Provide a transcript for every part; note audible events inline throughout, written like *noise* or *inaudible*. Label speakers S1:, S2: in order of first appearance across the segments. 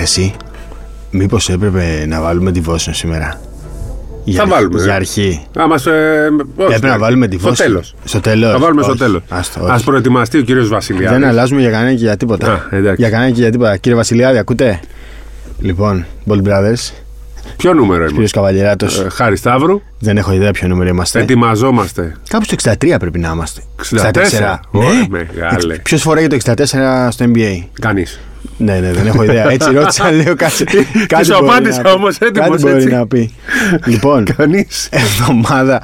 S1: εσύ, μήπως έπρεπε να βάλουμε τη Βόσνη σήμερα. Για,
S2: Θα
S1: αρχ-
S2: βάλουμε.
S1: Για αρχή.
S2: Α, μας, ε, όχι,
S1: Έπρεπε να
S2: ναι.
S1: βάλουμε τη
S2: Στο
S1: Βόσνη.
S2: τέλος.
S1: Στο τέλος.
S2: Θα βάλουμε στο τέλο. Α
S1: τέλο.
S2: προετοιμαστεί ο κύριος Βασιλιάδης.
S1: Δεν αλλάζουμε για κανένα και για τίποτα.
S2: Α, εντάξει.
S1: για κανένα και για τίποτα. Κύριε Βασιλιάδη, ακούτε. Λοιπόν, Bold Brothers,
S2: Ποιο νούμερο
S1: κύριος
S2: είμαστε.
S1: Καβαλιεράτος,
S2: Ε, Χάρη Σταύρου,
S1: δεν έχω ιδέα ποιο νούμερο είμαστε.
S2: ετοιμαζόμαστε.
S1: Κάπου στο 63 πρέπει να είμαστε.
S2: 64. Ωραία, μεγάλε.
S1: Ποιος φοράει το 64 στο NBA.
S2: Κανείς.
S1: Ναι, ναι, δεν έχω ιδέα. Έτσι ρώτησα, λέω
S2: *laughs*
S1: κάτσε. κάτι
S2: σου
S1: μπορεί
S2: απάντησα
S1: να πει.
S2: όμως, έτοιμος,
S1: Κάτι μπορεί
S2: έτσι.
S1: να πει.
S2: *laughs*
S1: λοιπόν,
S2: Κανείς.
S1: εβδομάδα,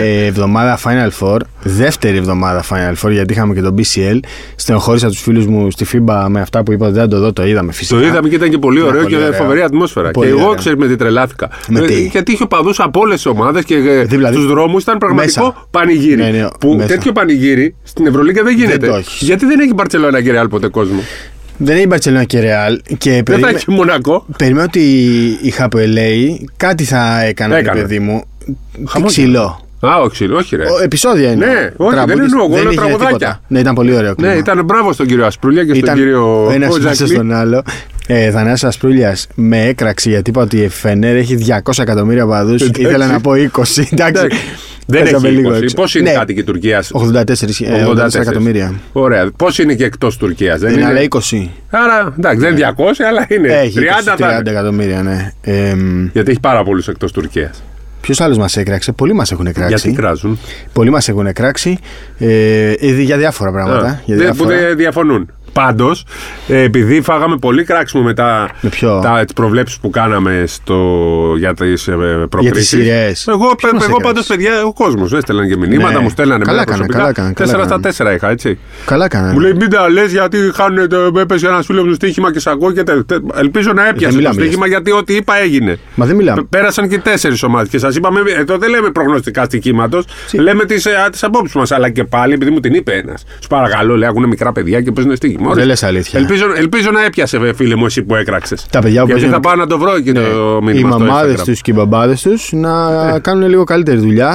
S1: ε, εβδομάδα Final Four, δεύτερη εβδομάδα Final Four, γιατί είχαμε και τον BCL. Στενοχώρησα τους φίλους μου στη FIBA με αυτά που είπα, δεν θα το δω, το είδαμε φυσικά.
S2: Το είδαμε και ήταν και πολύ
S1: Ήταν
S2: ωραίο
S1: Ναι, πολύ
S2: και
S1: ωραίο.
S2: φοβερή ατμόσφαιρα.
S1: Πολύ
S2: και εγώ
S1: ωραίο.
S2: ξέρεις με τι τρελάθηκα.
S1: Με
S2: Ε,
S1: τι?
S2: Γιατί είχε παδού από όλες τις ομάδες και
S1: Δηλαδή,
S2: στους δρόμους ήταν πραγματικό
S1: μέσα.
S2: πανηγύρι.
S1: Ναι, ναι,
S2: που
S1: μέσα.
S2: τέτοιο πανηγύρι στην Ευρωλίγκα δεν γίνεται.
S1: το έχεις.
S2: γιατί δεν έχει Μπαρσελόνα και Ρεάλ ποτέ κόσμο.
S1: Δεν είναι η Barcelona και Real και
S2: Δεν θα
S1: περίμενα,
S2: έχει Μονακό.
S1: περιμένω ότι η Hapoel κάτι θα έκανε,
S2: Έκανε.
S1: έκανε. παιδί μου. Τι
S2: Χαμόγελο.
S1: ξυλό.
S2: Α, όχι, όχι, ρε.
S1: Ο- Επεισόδια είναι.
S2: Ναι, όχι, δεν εννοώ, εγώ λέω
S1: έγινε
S2: τραγουδάκια.
S1: τίποτα. Ναι, ήταν πολύ ωραίο.
S2: Ναι,
S1: κλίμα.
S2: ήταν μπράβο στον κύριο Ασπρούλια και στον
S1: Ήταν
S2: κύριο
S1: ο ένας
S2: Κότζακλη.
S1: μέσα στον άλλο. Ε, Θανάσης Ασπρούλιας με έκραξη γιατί είπα ότι η Φενέρ έχει 200 εκατομμύρια παδούς
S2: Εντάξει.
S1: Ήθελα να πω 20. Εντάξει.
S2: Εντάξει. Δεν
S1: Πέσαμε
S2: έχει
S1: λίγο
S2: 20.
S1: έξω.
S2: Πώς είναι
S1: Ναι,
S2: κάτι και η Τουρκία.
S1: 84, ε, 84 εκατομμύρια.
S2: Ωραία. Πώς είναι και εκτός Τουρκίας, δεν
S1: Είναι
S2: είναι.
S1: άλλα 20.
S2: Άρα εντάξει, δεν είναι 200, αλλά είναι.
S1: Έχει
S2: 30
S1: 20,
S2: θα είναι.
S1: 30 εκατομμύρια, ναι.
S2: Γιατί έχει πάρα πολλούς εκτός Τουρκίας.
S1: Ποιος άλλος μας έκραξε, πολλοί μας έχουν
S2: Γιατί
S1: εκράξει.
S2: κράζουν.
S1: Πολλοί μας έχουν εκράξει ε, ε, για διάφορα πράγματα.
S2: Α,
S1: για
S2: δεν- που
S1: διάφορα.
S2: δεν διαφωνούν. Πάντως, επειδή φάγαμε πολύ κράξιμο μετά
S1: Με ποιο?
S2: τα τις προβλέψεις που κάναμε στο, για τις προκρίσεις.
S1: σειρές.
S2: Εγώ,
S1: Ποιος μας
S2: εγώ
S1: έκανες?
S2: πάντως, παιδιά, ο κόσμος έστελνε και μηνύματα,
S1: Ναι.
S2: μου στέλνανε
S1: Καλά
S2: μετά
S1: έκανε,
S2: προσωπικά.
S1: καλά έκανε, καλά
S2: Τέσσερα στα
S1: έκανε.
S2: τέσσερα είχα, έτσι.
S1: Καλά κάνανε.
S2: Μου λέει μην τα λες γιατί χάνουν, το- έπεσε ένας φίλος μου στοίχημα και σακώ και τε- τε- Ελπίζω να έπιασε το
S1: Ε, μιλάμε
S2: στοίχημα γιατί ό,τι είπα έγινε.
S1: Μα δεν μιλάμε.
S2: Π- Πέρασαν και τέσσερις ομάδες και σας είπαμε, ε, εδώ δεν λέμε προγνωστικά στοιχήματος, λέμε τις τις απόψεις μας. Αλλά και πάλι, επειδή μου την είπε ένας. Σου παρακαλώ, λέει, έχουν μικρά παιδιά και παίζουν στοίχημα. Ωραία.
S1: Δεν λες αλήθεια.
S2: Ελπίζω, ελπίζω να έπιασε, ε, φίλε μου, εσύ που έκραξες.
S1: Τα παιδιά που
S2: Γιατί
S1: παίζουν-
S2: θα πάω να το βρω και το
S1: οι
S2: μήνυμα. στο
S1: μαμάδες
S2: Instagram. Ε.
S1: τους και οι μπαμπάδες τους να κάνουν λίγο καλύτερη δουλειά.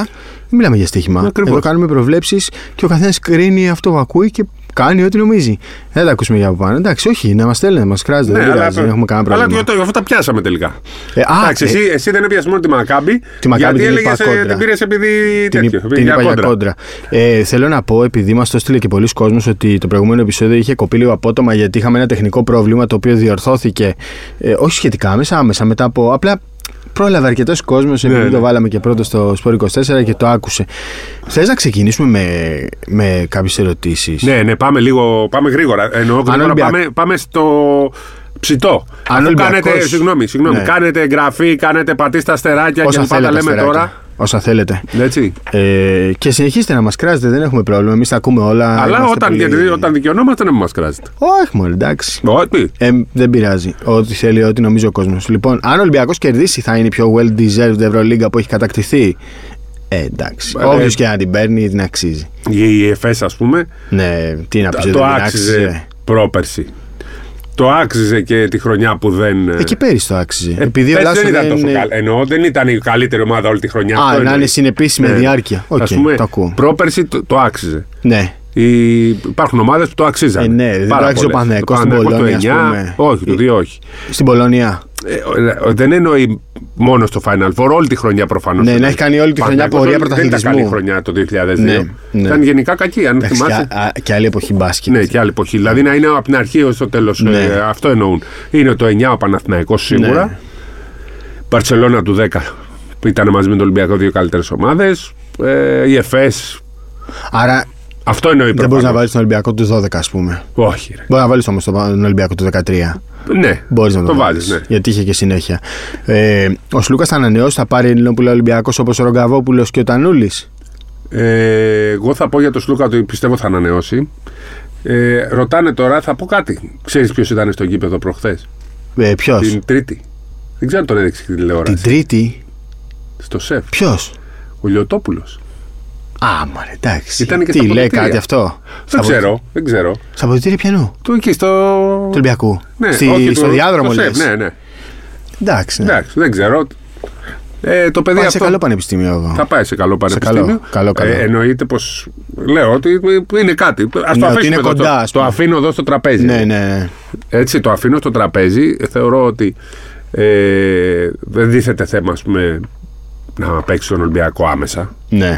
S1: Μην μιλάμε για στοίχημα.
S2: Ακριβώς.
S1: Εδώ κάνουμε προβλέψεις και ο καθένας κρίνει αυτό που ακούει και κάνει ό,τι νομίζει. Δεν τα ακούσουμε για από πάνω. Εντάξει, όχι, να μας στέλνετε, να μας κράζετε.
S2: Ναι,
S1: δεν,
S2: αλλά,
S1: πειράζει, δεν έχουμε κανένα πρόβλημα.
S2: Αλλά αυτό τα πιάσαμε τελικά.
S1: Ε, α,
S2: Εντάξει,
S1: ε,
S2: εσύ, εσύ δεν έπιασες μόνο τη Μακάμπη.
S1: Τη Μακάμπη
S2: γιατί
S1: την
S2: έλεγες,
S1: είπα
S2: ε,
S1: κόντρα.
S2: την πήρες επειδή.
S1: την,
S2: τέτοιο,
S1: την
S2: επειδή
S1: είπα
S2: μια
S1: για κόντρα. Ε, θέλω να πω, επειδή μας το έστειλε και πολλοί κόσμος, ότι το προηγούμενο επεισόδιο είχε κοπεί λίγο απότομα γιατί είχαμε ένα τεχνικό πρόβλημα το οποίο διορθώθηκε. Ε, όχι σχετικά άμεσα, άμεσα μετά από. Απλά πρόλαβε αρκετός κόσμος επειδή
S2: ναι.
S1: το βάλαμε και πρώτο στο Σπορ 24 και το άκουσε. Θες να ξεκινήσουμε με, με κάποιες ερωτήσεις.
S2: Ναι, ναι, πάμε λίγο. Πάμε γρήγορα. Εννοώ γρήγορα,
S1: Ολυμπιακ-
S2: πάμε, πάμε στο ψητό.
S1: Αν
S2: Αφού
S1: Ολυμπιακός-
S2: κάνετε, συγγνώμη, συγγνώμη,
S1: Ναι.
S2: κάνετε εγγραφή, κάνετε πατήστε αστεράκια και
S1: Όσα
S2: λοιπά τα
S1: θέλετε,
S2: λέμε
S1: αστεράκια.
S2: τώρα. Ναι,
S1: Όσα θέλετε.
S2: Έτσι.
S1: Ε, και συνεχίστε να μας κράζετε, δεν έχουμε πρόβλημα. Εμείς τα ακούμε όλα.
S2: Αλλά
S1: είμαστε
S2: όταν,
S1: πολύ-
S2: γιατί όταν δικαιωνόμαστε να μην μας κράζετε.
S1: Όχι, μόνο εντάξει.
S2: Ω, τι.
S1: Ε, δεν πειράζει. Ό,τι θέλει, ό,τι νομίζει ο κόσμος. Λοιπόν, αν ο Ολυμπιακός κερδίσει, θα είναι η πιο well deserved Ευρωλίγκα που έχει κατακτηθεί. Ε, εντάξει.
S2: Ε,
S1: Όποιος
S2: ε,
S1: και να την παίρνει, την αξίζει.
S2: Η η ΕΦΕΣ, ας πούμε,
S1: Ναι, τι να πει, δεν
S2: το
S1: την Ε,
S2: άξιζε πρόπερση. Το άξιζε και τη χρονιά που δεν.
S1: Ε, και πέρυσι το άξιζε. Επειδή ο
S2: Πέρσι
S1: Λάσο
S2: δεν ήταν
S1: δεν
S2: τόσο
S1: είναι-
S2: καλή. Εννοώ δεν ήταν η καλύτερη ομάδα όλη τη χρονιά.
S1: Α,
S2: Αυτό
S1: να είναι
S2: εννοεί.
S1: συνεπή με
S2: Ναι.
S1: διάρκεια. Οκ,
S2: Ας πούμε,
S1: το ακούω.
S2: πρόπερσι το, το άξιζε.
S1: Ναι.
S2: Οι... Υπάρχουν ομάδες που το αξίζαν.
S1: Ε, ναι, δεν το άξιζε ο Παναθηναϊκός στην Πολόνια, ας πούμε. Ε,
S2: Όχι, το 2 όχι.
S1: Στην Πολωνία.
S2: Ε, ο- ε, δεν εννοεί μόνο στο Final Four, όλη τη χρονιά προφανώς.
S1: Ναι, να έχει κάνει όλη τη χρονιά πορεία
S2: Δεν ήταν
S1: πρωταθλητισμού.
S2: καλή χρονιά το 2002.
S1: Ναι, ναι.
S2: Ήταν γενικά κακή, αν
S1: Εντάξει,
S2: θυμάσαι.
S1: και, α- και άλλη εποχή μπάσκετ.
S2: Ναι, και άλλη εποχή. Δηλαδή να είναι από την αρχή έω το τέλος.
S1: Ναι.
S2: αυτό εννοούν. Είναι το 9 ο Παναθηναϊκός σίγουρα. Ναι.
S1: Ναι.
S2: Παρσελώνα του 10 που ήταν μαζί με τον Ολυμπιακό δύο καλύτερες ομάδες. Ε, η ΕΦΕΣ.
S1: Άρα
S2: Αυτό εννοεί
S1: δεν μπορείς να
S2: προφανώς.
S1: βάλεις τον Ολυμπιακό του 12, ας πούμε.
S2: Όχι. Ρε.
S1: Μπορεί να βάλεις όμως τον Ολυμπιακό του 13.
S2: Ναι,
S1: Μπορείς να
S2: το,
S1: το,
S2: βάλεις,
S1: βάλεις,
S2: ναι.
S1: Γιατί είχε και συνέχεια. Ε, ο Σλούκας θα ανανεώσει, θα πάρει Ελληνόπουλο Ολυμπιακός όπως ο Ρογκαβόπουλος και ο Τανούλης.
S2: Ε, εγώ θα πω για τον Σλούκα ότι πιστεύω θα ανανεώσει. Ε, ρωτάνε τώρα, θα πω κάτι. Ξέρεις ποιος ήταν στο γήπεδο προχθές,
S1: Ε, Ποιος. Την...
S2: την Τρίτη. Δεν ξέρω αν τον έδειξε στην τηλεόραση.
S1: Τρίτη.
S2: Στο σεφ.
S1: Ποιος.
S2: Ο Λιωτόπουλος.
S1: Άμα ρε, εντάξει.
S2: Ήταν και στα
S1: Τι λέει
S2: αποδητήρια.
S1: κάτι αυτό. Στα
S2: Δεν
S1: απο-
S2: ξέρω, δεν ξέρω.
S1: Στα αποδητήρια πιανού.
S2: Του εκεί στο.
S1: Του Ολυμπιακού.
S2: Ναι,
S1: Στη-
S2: όχι,
S1: στο
S2: του-
S1: διάδρομο
S2: στο
S1: λε.
S2: σεφ, Ναι, ναι.
S1: Εντάξει. ναι.
S2: Εντάξει, δεν ναι. ξέρω. Ε, το παιδί
S1: Πάει σε
S2: αυτό
S1: καλό πανεπιστήμιο εδώ.
S2: θα πάει σε καλό πανεπιστήμιο.
S1: καλό, καλό, καλό.
S2: Ε, εννοείται πως. Λέω ότι είναι κάτι. Ας
S1: ότι
S2: το αφήσουμε
S1: είναι
S2: εδώ,
S1: κοντά,
S2: το,
S1: ας πούμε.
S2: το αφήνω εδώ στο τραπέζι.
S1: Ναι, ναι, ναι.
S2: Έτσι, το αφήνω στο τραπέζι. Θεωρώ ότι ε, δεν τίθεται θέμα, ας πούμε, να παίξει τον Ολυμπιακό άμεσα.
S1: ναι.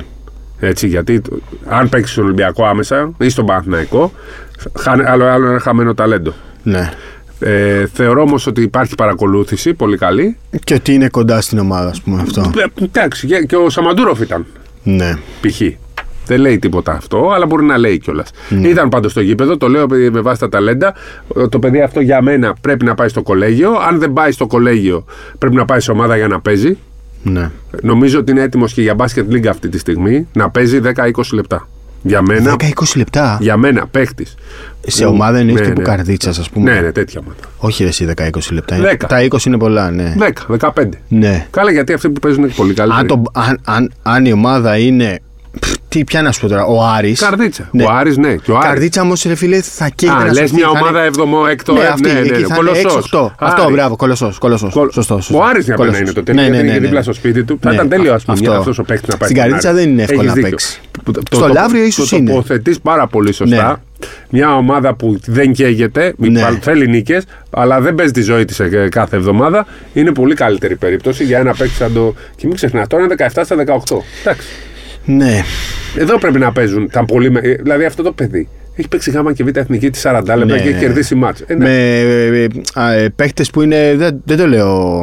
S2: Έτσι, γιατί το- αν παίξεις τον Ολυμπιακό άμεσα ή στον Παναθηναϊκό, χάνε- άλλο, άλλο ένα χαμένο ταλέντο.
S1: ναι.
S2: Ε, θεωρώ όμως ότι υπάρχει παρακολούθηση πολύ καλή.
S1: Και ότι είναι κοντά στην ομάδα, ας πούμε αυτό.
S2: Ε, εντάξει, και- και ο Σαμαντούροφ ήταν
S1: ναι.
S2: π.χ. Δεν λέει τίποτα αυτό, αλλά μπορεί να λέει κιόλας.
S1: Ναι.
S2: Ήταν πάντως στο γήπεδο, το λέω με βάση τα ταλέντα. Το παιδί αυτό για μένα πρέπει να πάει στο κολέγιο. Αν δεν πάει στο κολέγιο, πρέπει να πάει σε ομάδα για να παίζει.
S1: Ναι.
S2: Νομίζω ότι είναι έτοιμος και για μπάσκετ λίγκα αυτή τη στιγμή να παίζει 10-20 λεπτά. Για μένα,
S1: 10-20 λεπτά.
S2: για μένα παίχτης.
S1: Σε ομάδα εννοείς
S2: Ναι,
S1: τύπου
S2: ναι.
S1: καρδίτσας, ας πούμε.
S2: Ναι, ναι, τέτοια ομάδα.
S1: Όχι ρε, εσύ 10-20 λεπτά.
S2: Δέκα.
S1: Τα 20 είναι πολλά, ναι.
S2: 10-15.
S1: Ναι.
S2: Καλά, γιατί αυτοί που παίζουν είναι πολύ καλοί.
S1: Αν, το, αν, αν, αν η ομάδα είναι. Πφ, Τι, ποια να σου πω τώρα, ο Άρης
S2: Καρδίτσα.
S1: Ναι.
S2: Ο Άρης, ναι. Και ο Άρης.
S1: Καρδίτσα όμως, ρε φίλε, θα καίγεται.
S2: Α,
S1: να
S2: λε
S1: σωθεί,
S2: μια
S1: θα είναι-
S2: ομάδα ε, 7ο, 6ο,
S1: Ναι, αυτή, εκεί θα είναι
S2: Κολοσσός.
S1: 6-8. Αυτό,
S2: Άρης.
S1: μπράβο, κολοσσός. κολοσσός.
S2: Κολ-
S1: Σωστό, σωστό.
S2: Ο Άρης είναι απέναντι
S1: Κολοσσός.
S2: είναι το τέλειο.
S1: Ναι, ναι,
S2: είναι
S1: ναι, ναι.
S2: δίπλα στο σπίτι του. Θα
S1: Ναι,
S2: ήταν τέλειος, α πούμε,
S1: αυτό.
S2: για αυτός ο παίκτης να πάει.
S1: Στην Καρδίτσα δεν είναι εύκολο να παίξει. Στο Λαύριο ίσως
S2: Το
S1: είναι.
S2: τοποθετείς πάρα πολύ σωστά. Μια ομάδα που δεν καίγεται,
S1: Ναι.
S2: υπά- θέλει νίκες, αλλά δεν παίζει τη ζωή της κάθε εβδομάδα. Είναι πολύ καλύτερη περίπτωση για ένα παίκτη σαν το. Και μην ξεχνά, τώρα είναι 17 στα 18. Εντάξει.
S1: Ναι.
S2: Εδώ πρέπει να παίζουν τα πολύ. με- ε, Δηλαδή αυτό το παιδί έχει παίξει γάμα και β' εθνική τη 40 λεπτά
S1: Ναι,
S2: και έχει
S1: ναι.
S2: κερδίσει μάτσο. Ε, ναι.
S1: Με παίχτες που είναι. Δεν, δεν το λέω.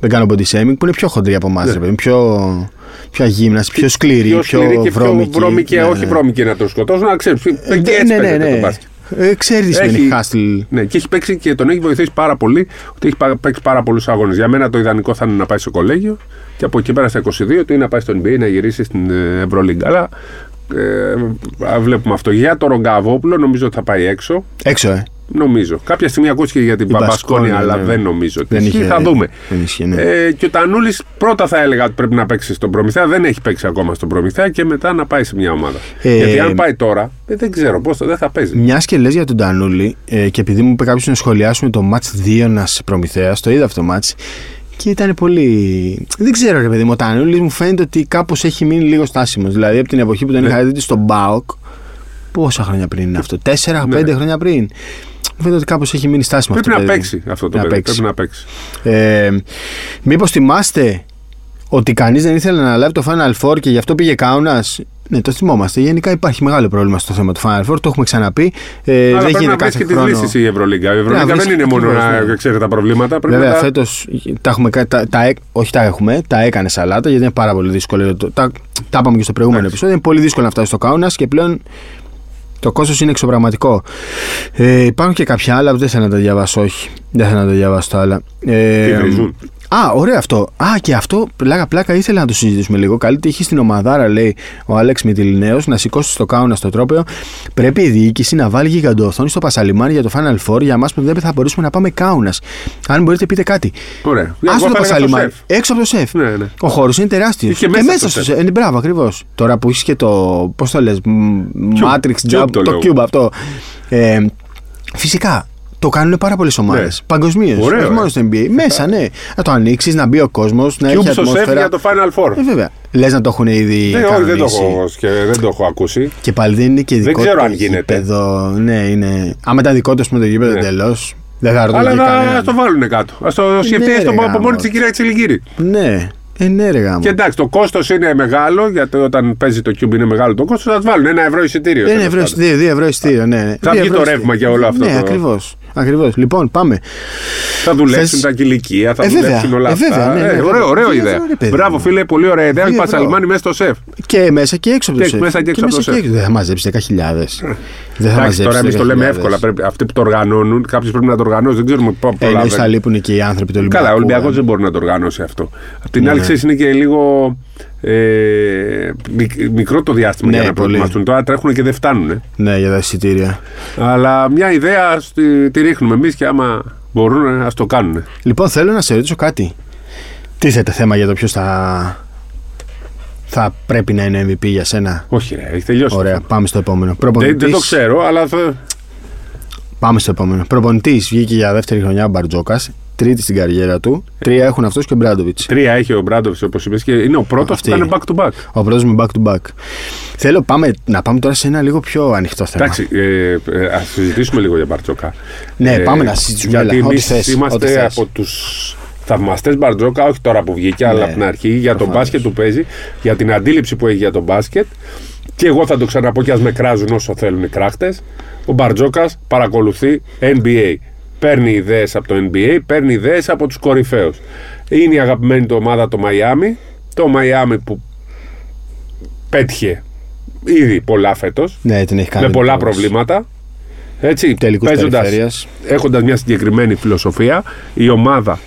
S1: Δεν κάνω body shaming, που είναι πιο χοντροί από εμάς, ρε παιδί. μου, Πιο, πιο αγίμναστοι, πιο σκληροί, πιο,
S2: Ναι. πιο σκληρή και πιο
S1: βρώμικοι.
S2: βρώμικη,
S1: Ναι,
S2: όχι
S1: ναι.
S2: βρώμικη να τον σκοτώσουν, αλλά ξέρεις.
S1: Ε,
S2: Και έτσι
S1: ναι, ναι,
S2: παίζεται
S1: ναι.
S2: το μπάσκετ.
S1: Ε, ξέρεις τι σημαίνει χάστιλ.
S2: Ναι, και έχει παίξει και τον έχει βοηθήσει πάρα πολύ ότι έχει πα- παίξει πάρα πολλούς αγώνες. Για μένα το ιδανικό θα είναι να πάει στο κολέγιο και από εκεί πέρα στα 22 του ή να πάει στο NBA να γυρίσει στην ε, Ευρωλίγκα. Αλλά ε, α, βλέπουμε αυτό. Για τον Ρογκαβόπουλο νομίζω ότι θα πάει έξω.
S1: Έξω, ε.
S2: Νομίζω. Κάποια στιγμή ακούστηκε για την
S1: Την
S2: Παπασκόνη,
S1: Πασκόνη,
S2: αλλά
S1: ναι.
S2: δεν νομίζω ότι
S1: Δεν
S2: ισχύει.
S1: είχε-
S2: Θα δούμε.
S1: δεν ισχύει, ναι.
S2: ε, και ο Τανούλης πρώτα θα έλεγα ότι πρέπει να παίξει στον Προμηθέα. Δεν έχει παίξει ακόμα στον Προμηθέα και μετά να πάει σε μια ομάδα.
S1: Ε,
S2: Γιατί αν πάει τώρα, ε, δεν ξέρω πώς δεν θα παίζει.
S1: Μια και λες για τον Τανούλη, ε, και επειδή μου είπε κάποιος να σχολιάσουμε το match 2 να προμηθέας, το είδα αυτό το match. Και ήταν πολύ. Δεν ξέρω, ρε παιδί μου, ο Τανούλης μου φαίνεται ότι κάπως έχει μείνει λίγο στάσιμος. Δηλαδή από την εποχή που τον είχα
S2: Ναι.
S1: δει στον Μπάοκ. Πόσα χρόνια πριν είναι αυτό, 4-5
S2: Ναι.
S1: χρόνια πριν. Μου φαίνεται ότι κάπως έχει μείνει στάσιμο
S2: Πρέπει
S1: αυτό.
S2: να
S1: το παιδί.
S2: παίξει αυτό το
S1: Να
S2: παιδί.
S1: παίξει.
S2: Πρέπει να παίξει.
S1: Ε, Μήπως θυμάστε ότι κανείς δεν ήθελε να λάβει το Final Four και γι' αυτό πήγε κάουνα. Ναι, το θυμόμαστε. Γενικά υπάρχει μεγάλο πρόβλημα στο θέμα του Final Four, το έχουμε ξαναπεί. Ε,
S2: Αλλά
S1: δεν
S2: πρέπει να
S1: γίνεται
S2: βρεις
S1: κάθε
S2: και τις
S1: χρόνο.
S2: λύσεις η Ευρωλίγκα. Η
S1: να
S2: Ευρωλίγκα
S1: βρεις
S2: δεν είναι
S1: και
S2: μόνο
S1: τις
S2: να
S1: λύσεις.
S2: ξέρει τα προβλήματα. Πρέπει
S1: Βέβαια,
S2: να τα-
S1: φέτος τα έχουμε. κα- Τα, τα, έκ- όχι τα έχουμε, τα έκανε σαλάτα γιατί είναι πάρα πολύ δύσκολο. Το- Τα, τα είπαμε και στο προηγούμενο επεισόδιο. Είναι πολύ δύσκολο να φτάσει στο κάουνα και πλέον το κόστος είναι εξωπραγματικό. Ε, υπάρχουν και κάποια άλλα που δεν θέλω να τα διαβάσω. Όχι, δεν θέλω να τα διαβάσω τα άλλα. Ε,
S2: Τι βρίζουν.
S1: Α, ωραίο αυτό. Α, και αυτό πλάκα πλάκα ήθελα να το συζητήσουμε λίγο. Καλή τύχη στην ομαδάρα, λέει ο Άλεξ Μιτιλινέο, να σηκώσει το κάουνα στο τρόπαιο. Πρέπει η διοίκηση να βάλει γιγαντοθόνη στο Πασαλιμάνι για το Final Four για εμά που δεν θα μπορέσουμε να πάμε κάουνας. Αν μπορείτε, πείτε κάτι.
S2: Ωραία. Εγώ
S1: Άστο
S2: θα
S1: το
S2: έλεγα στο
S1: Πασαλιμάνι.
S2: σεφ.
S1: Έξω από το σεφ.
S2: Ναι, ναι.
S1: Ο χώρος είναι τεράστιος.
S2: Και μέσα στο σεφ.
S1: σεφ. Ε, μπράβο, ακριβώς. Τώρα που έχεις και το. Πώς το λες, Matrix
S2: Cube
S1: Jump,
S2: το
S1: το
S2: λέω.
S1: Cube αυτό. Ε, φυσικά. Το κάνουν πάρα πολλές ομάδες.
S2: Ναι.
S1: Παγκοσμίως.
S2: Ωραίο,
S1: Όχι
S2: ε.
S1: μόνο στο NBA. Μέσα, ναι. Να το ανοίξεις, να μπει ο κόσμος, να
S2: Cube
S1: έχει
S2: στο σεφ
S1: ατμόσφαιρα.
S2: για το Final Four.
S1: Ε, βέβαια. Λες να το έχουν ήδη.
S2: Ναι, όχι, δεν το,
S1: κανονίσει.
S2: έχω, και δεν το έχω ακούσει.
S1: Και πάλι δεν είναι και δικό
S2: ξέρω
S1: του
S2: αν γίνεται.
S1: γήπεδο. Ναι, είναι. Άμα ήταν δικό του με το γήπεδο
S2: Ναι.
S1: εντελώς. Δεν θα ρωτούν
S2: Αλλά
S1: και
S2: να
S1: κανέναν.
S2: ας το βάλουν κάτω. Ας το σκεφτεί
S1: Ναι,
S2: έστω
S1: ρε,
S2: από
S1: γάμο.
S2: μόνη της κυρία Τσιλιγκύρη.
S1: Ναι, ενέργα μου.
S2: Και εντάξει, το κόστος είναι μεγάλο, γιατί όταν παίζει το Cube είναι μεγάλο το κόστος, θα τους βάλουν ένα ευρώ
S1: Ένα
S2: εισιτήριο. τέλος
S1: Ε, ναι, ευρώ
S2: πάντων.
S1: εισιτήριο, δύο ευρώ εισιτήριο. Ναι, ναι. Δύο
S2: Θα
S1: ευρώ
S2: βγει το
S1: εισιτήριο.
S2: ρεύμα για όλο αυτό
S1: Ναι,
S2: το-
S1: ακριβώς. Ακριβώς. Λοιπόν, πάμε.
S2: Θα δουλέψουν
S1: Θες-
S2: τα κηλικία, θα
S1: Ε, βέβαια.
S2: δουλέψουν όλα
S1: Ε,
S2: αυτά.
S1: βέβαια, ναι, ναι,
S2: Ε,
S1: ναι.
S2: ωραίο, ωραίο
S1: Δύο
S2: ιδέα.
S1: ευρώ, ρε, παιδί
S2: Μπράβο,
S1: μου.
S2: φίλε, πολύ ωραία ιδέα.
S1: Δύο
S2: Έχει
S1: ευρώ.
S2: πασαλμάνι μέσα στο σεφ.
S1: Και μέσα και έξω από το
S2: Και
S1: σεφ.
S2: μέσα και έξω από το
S1: μέσα
S2: σεφ.
S1: έξω. Δεν θα μαζέψει 10.000. Δεν θα
S2: Εντάξει,
S1: μαζέψει.
S2: τώρα εμείς το λέμε
S1: 10.000.
S2: εύκολα. Πρέπει, αυτοί που το οργανώνουν, κάποιο πρέπει να το οργανώσει. Δεν ξέρουμε πώ
S1: Ε, Εννοείς θα
S2: προλαβαίνει.
S1: λείπουν και οι άνθρωποι του Ολυμπιακού.
S2: Καλά, ο Ολυμπιακός
S1: ε.
S2: δεν μπορεί να το οργανώσει αυτό. Απ'
S1: Ναι,
S2: την άλλη, ξέρεις, είναι και λίγο ε, μικ- μικρό το διάστημα
S1: Ναι,
S2: για να
S1: πολύ.
S2: προετοιμαστούν. Τώρα τρέχουν και δεν φτάνουν.
S1: Ναι, για τα εισιτήρια.
S2: Αλλά μια ιδέα ας τη, τη ρίχνουμε εμείς και άμα μπορούν, ας το κάνουν.
S1: Λοιπόν, θέλω να σε ρωτήσω κάτι. Τίθεται θέμα για το ποιος θα... θα πρέπει να είναι MVP για σένα.
S2: Όχι, ρε, έχει τελειώσει. το
S1: Ωραία,
S2: θέμα.
S1: πάμε στο επόμενο.
S2: Δεν, δεν το
S1: Προπονητής-
S2: ξέρω, αλλά θα.
S1: Πάμε στο επόμενο. Προπονητής βγήκε για δεύτερη χρονιά ο Μπαρτζόκας. τρίτη στην καριέρα του. Τρία έχουν αυτός και ο Μπράντοβιτ.
S2: Τρία έχει ο Μπράντοβιτ, όπως είπες, και είναι ο πρώτος που
S1: Αυτή.
S2: ήταν back to back.
S1: Ο πρώτος με back to back. Θέλω πάμε, να πάμε τώρα σε ένα λίγο πιο ανοιχτό θέμα.
S2: Εντάξει, ε, ε, ας συζητήσουμε λίγο για Μπαρτζόκα. Ε,
S1: Ναι, πάμε να συζητήσουμε
S2: Γιατί
S1: όλα. Ό,τι
S2: εμείς
S1: θες, ό,τι
S2: είμαστε
S1: θες.
S2: από τους θαυμαστές Μπαρτζόκα, όχι τώρα που βγήκε, αλλά
S1: Ναι,
S2: από την αρχή, για τον
S1: προφανώς.
S2: μπάσκετ που παίζει, για την αντίληψη που έχει για τον μπάσκετ. Και εγώ θα το ξαναπώ και ας με κράζουν όσο θέλουν οι κράχτες. Ο Μπαρτζόκας παρακολουθεί NBA. Παίρνει ιδέες από το NBA, παίρνει ιδέες από τους κορυφαίους. Είναι η αγαπημένη του ομάδα το Μαϊάμι. Το Μαϊάμι που πέτυχε ήδη πολλά φέτος
S1: Ναι, την έχει κάνει.
S2: με πολλά
S1: την πρόκληση.
S2: προβλήματα. Έτσι,
S1: Τελικούς
S2: παίζοντας,
S1: περιφέρειας.
S2: έχοντας μια συγκεκριμένη φιλοσοφία, η ομάδα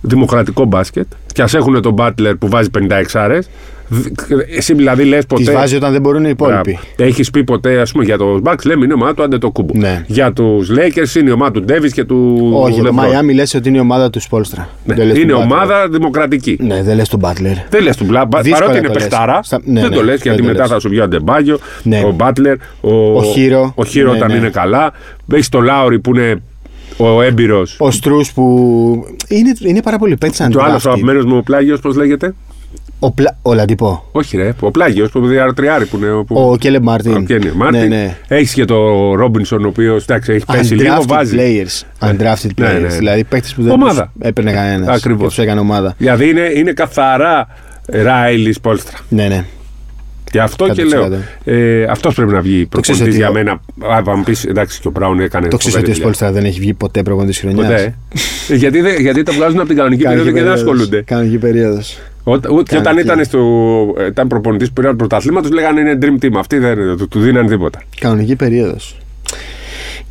S2: δημοκρατικό μπάσκετ και ας έχουν τον Μπάτλερ που βάζει 56 άρες, δ- εσύ δηλαδή λες ποτέ...
S1: Τις βάζει όταν δεν μπορούν οι υπόλοιποι.
S2: Μπράβο. Έχεις πει ποτέ, ας πούμε, για τον Μπάξ λέμε είναι η ομάδα του άντε το κούμπο.
S1: Ναι.
S2: Για τους Lakers είναι η ομάδα του Ντέβις και του
S1: Όχι, το
S2: Λεμπρόν.
S1: Μαϊάμι λες ότι είναι η ομάδα του Σπόλστρα.
S2: Ναι,
S1: Δεν λες
S2: Είναι
S1: τον Butler.
S2: ομάδα δημοκρατική.
S1: Ναι, δεν λες τον Μπάτλερ.
S2: Δεν λες του Μπλα,
S1: Δύσκολα
S2: παρότι είναι
S1: το λες.
S2: παιχτάρα.
S1: Στα- ναι,
S2: δεν
S1: ναι,
S2: το λε
S1: δεν
S2: γιατί
S1: το
S2: μετά
S1: λες.
S2: θα σου βγει ο Αντεμπάγιο,
S1: Ναι.
S2: ο Μπάτλερ, ο,
S1: Ο Χίρο.
S2: ο Χίρο
S1: Ναι,
S2: όταν
S1: ναι.
S2: είναι καλά. Έχεις το Λάουρι που είναι ο έμπειρος.
S1: Ο Στρούς που. Είναι, είναι πάρα πολύ πέτσα
S2: Και ο άλλος ο αγαπημένος μου, ο Πλάγιος, πώς λέγεται.
S1: Ο, πλα... ο Λαντιπό.
S2: Όχι, ρε. Ο Πλάγιος, που είναι τριάρι που είναι. Που...
S1: Ο Κέλεμ Μάρτιν.
S2: Κένι
S1: Ναι,
S2: Μάρτιν.
S1: ναι.
S2: Έχεις και το Ρόμπινσον, ο οποίος έχει πέσει λίγο,
S1: Undrafted
S2: βάζει.
S1: players. Undrafted
S2: Ναι,
S1: players.
S2: ναι, ναι.
S1: Δηλαδή παίχτε που δεν
S2: Ομάδα.
S1: τους έπαιρνε κανένας.
S2: Ακριβώς.
S1: Τους έκανε ομάδα.
S2: Δηλαδή είναι, είναι καθαρά Ράιλι Πόλστρα.
S1: Ναι, ναι.
S2: Ε, Και αυτό
S1: Κάτω
S2: και
S1: της
S2: λέω.
S1: κάτω.
S2: Ε, αυτός πρέπει να βγει
S1: ναι. ξέρεις
S2: προπονητής
S1: ότι
S2: για
S1: ο-
S2: μένα. Α, αν πεις εντάξει και ο Μπράουν έκανε.
S1: Το ξέρεις
S2: φοβερή
S1: ότι ο
S2: δουλειά.
S1: Σπόλστρα δεν έχει βγει ποτέ προπονητής χρονιά.
S2: Ποτέ. Ε, γιατί, δεν- γιατί τα βγάζουν από την κανονική περίοδο και δεν ασχολούνται.
S1: Κανονική περίοδος.
S2: Όταν- ούτε- και όταν
S1: Κανονική.
S2: ήταν, στο, ε, ήταν προπονητής που πήραν πρωταθλήματο, λέγανε είναι dream team. Αυτοί δεν του, του δίνανε τίποτα.
S1: Κανονική περίοδος.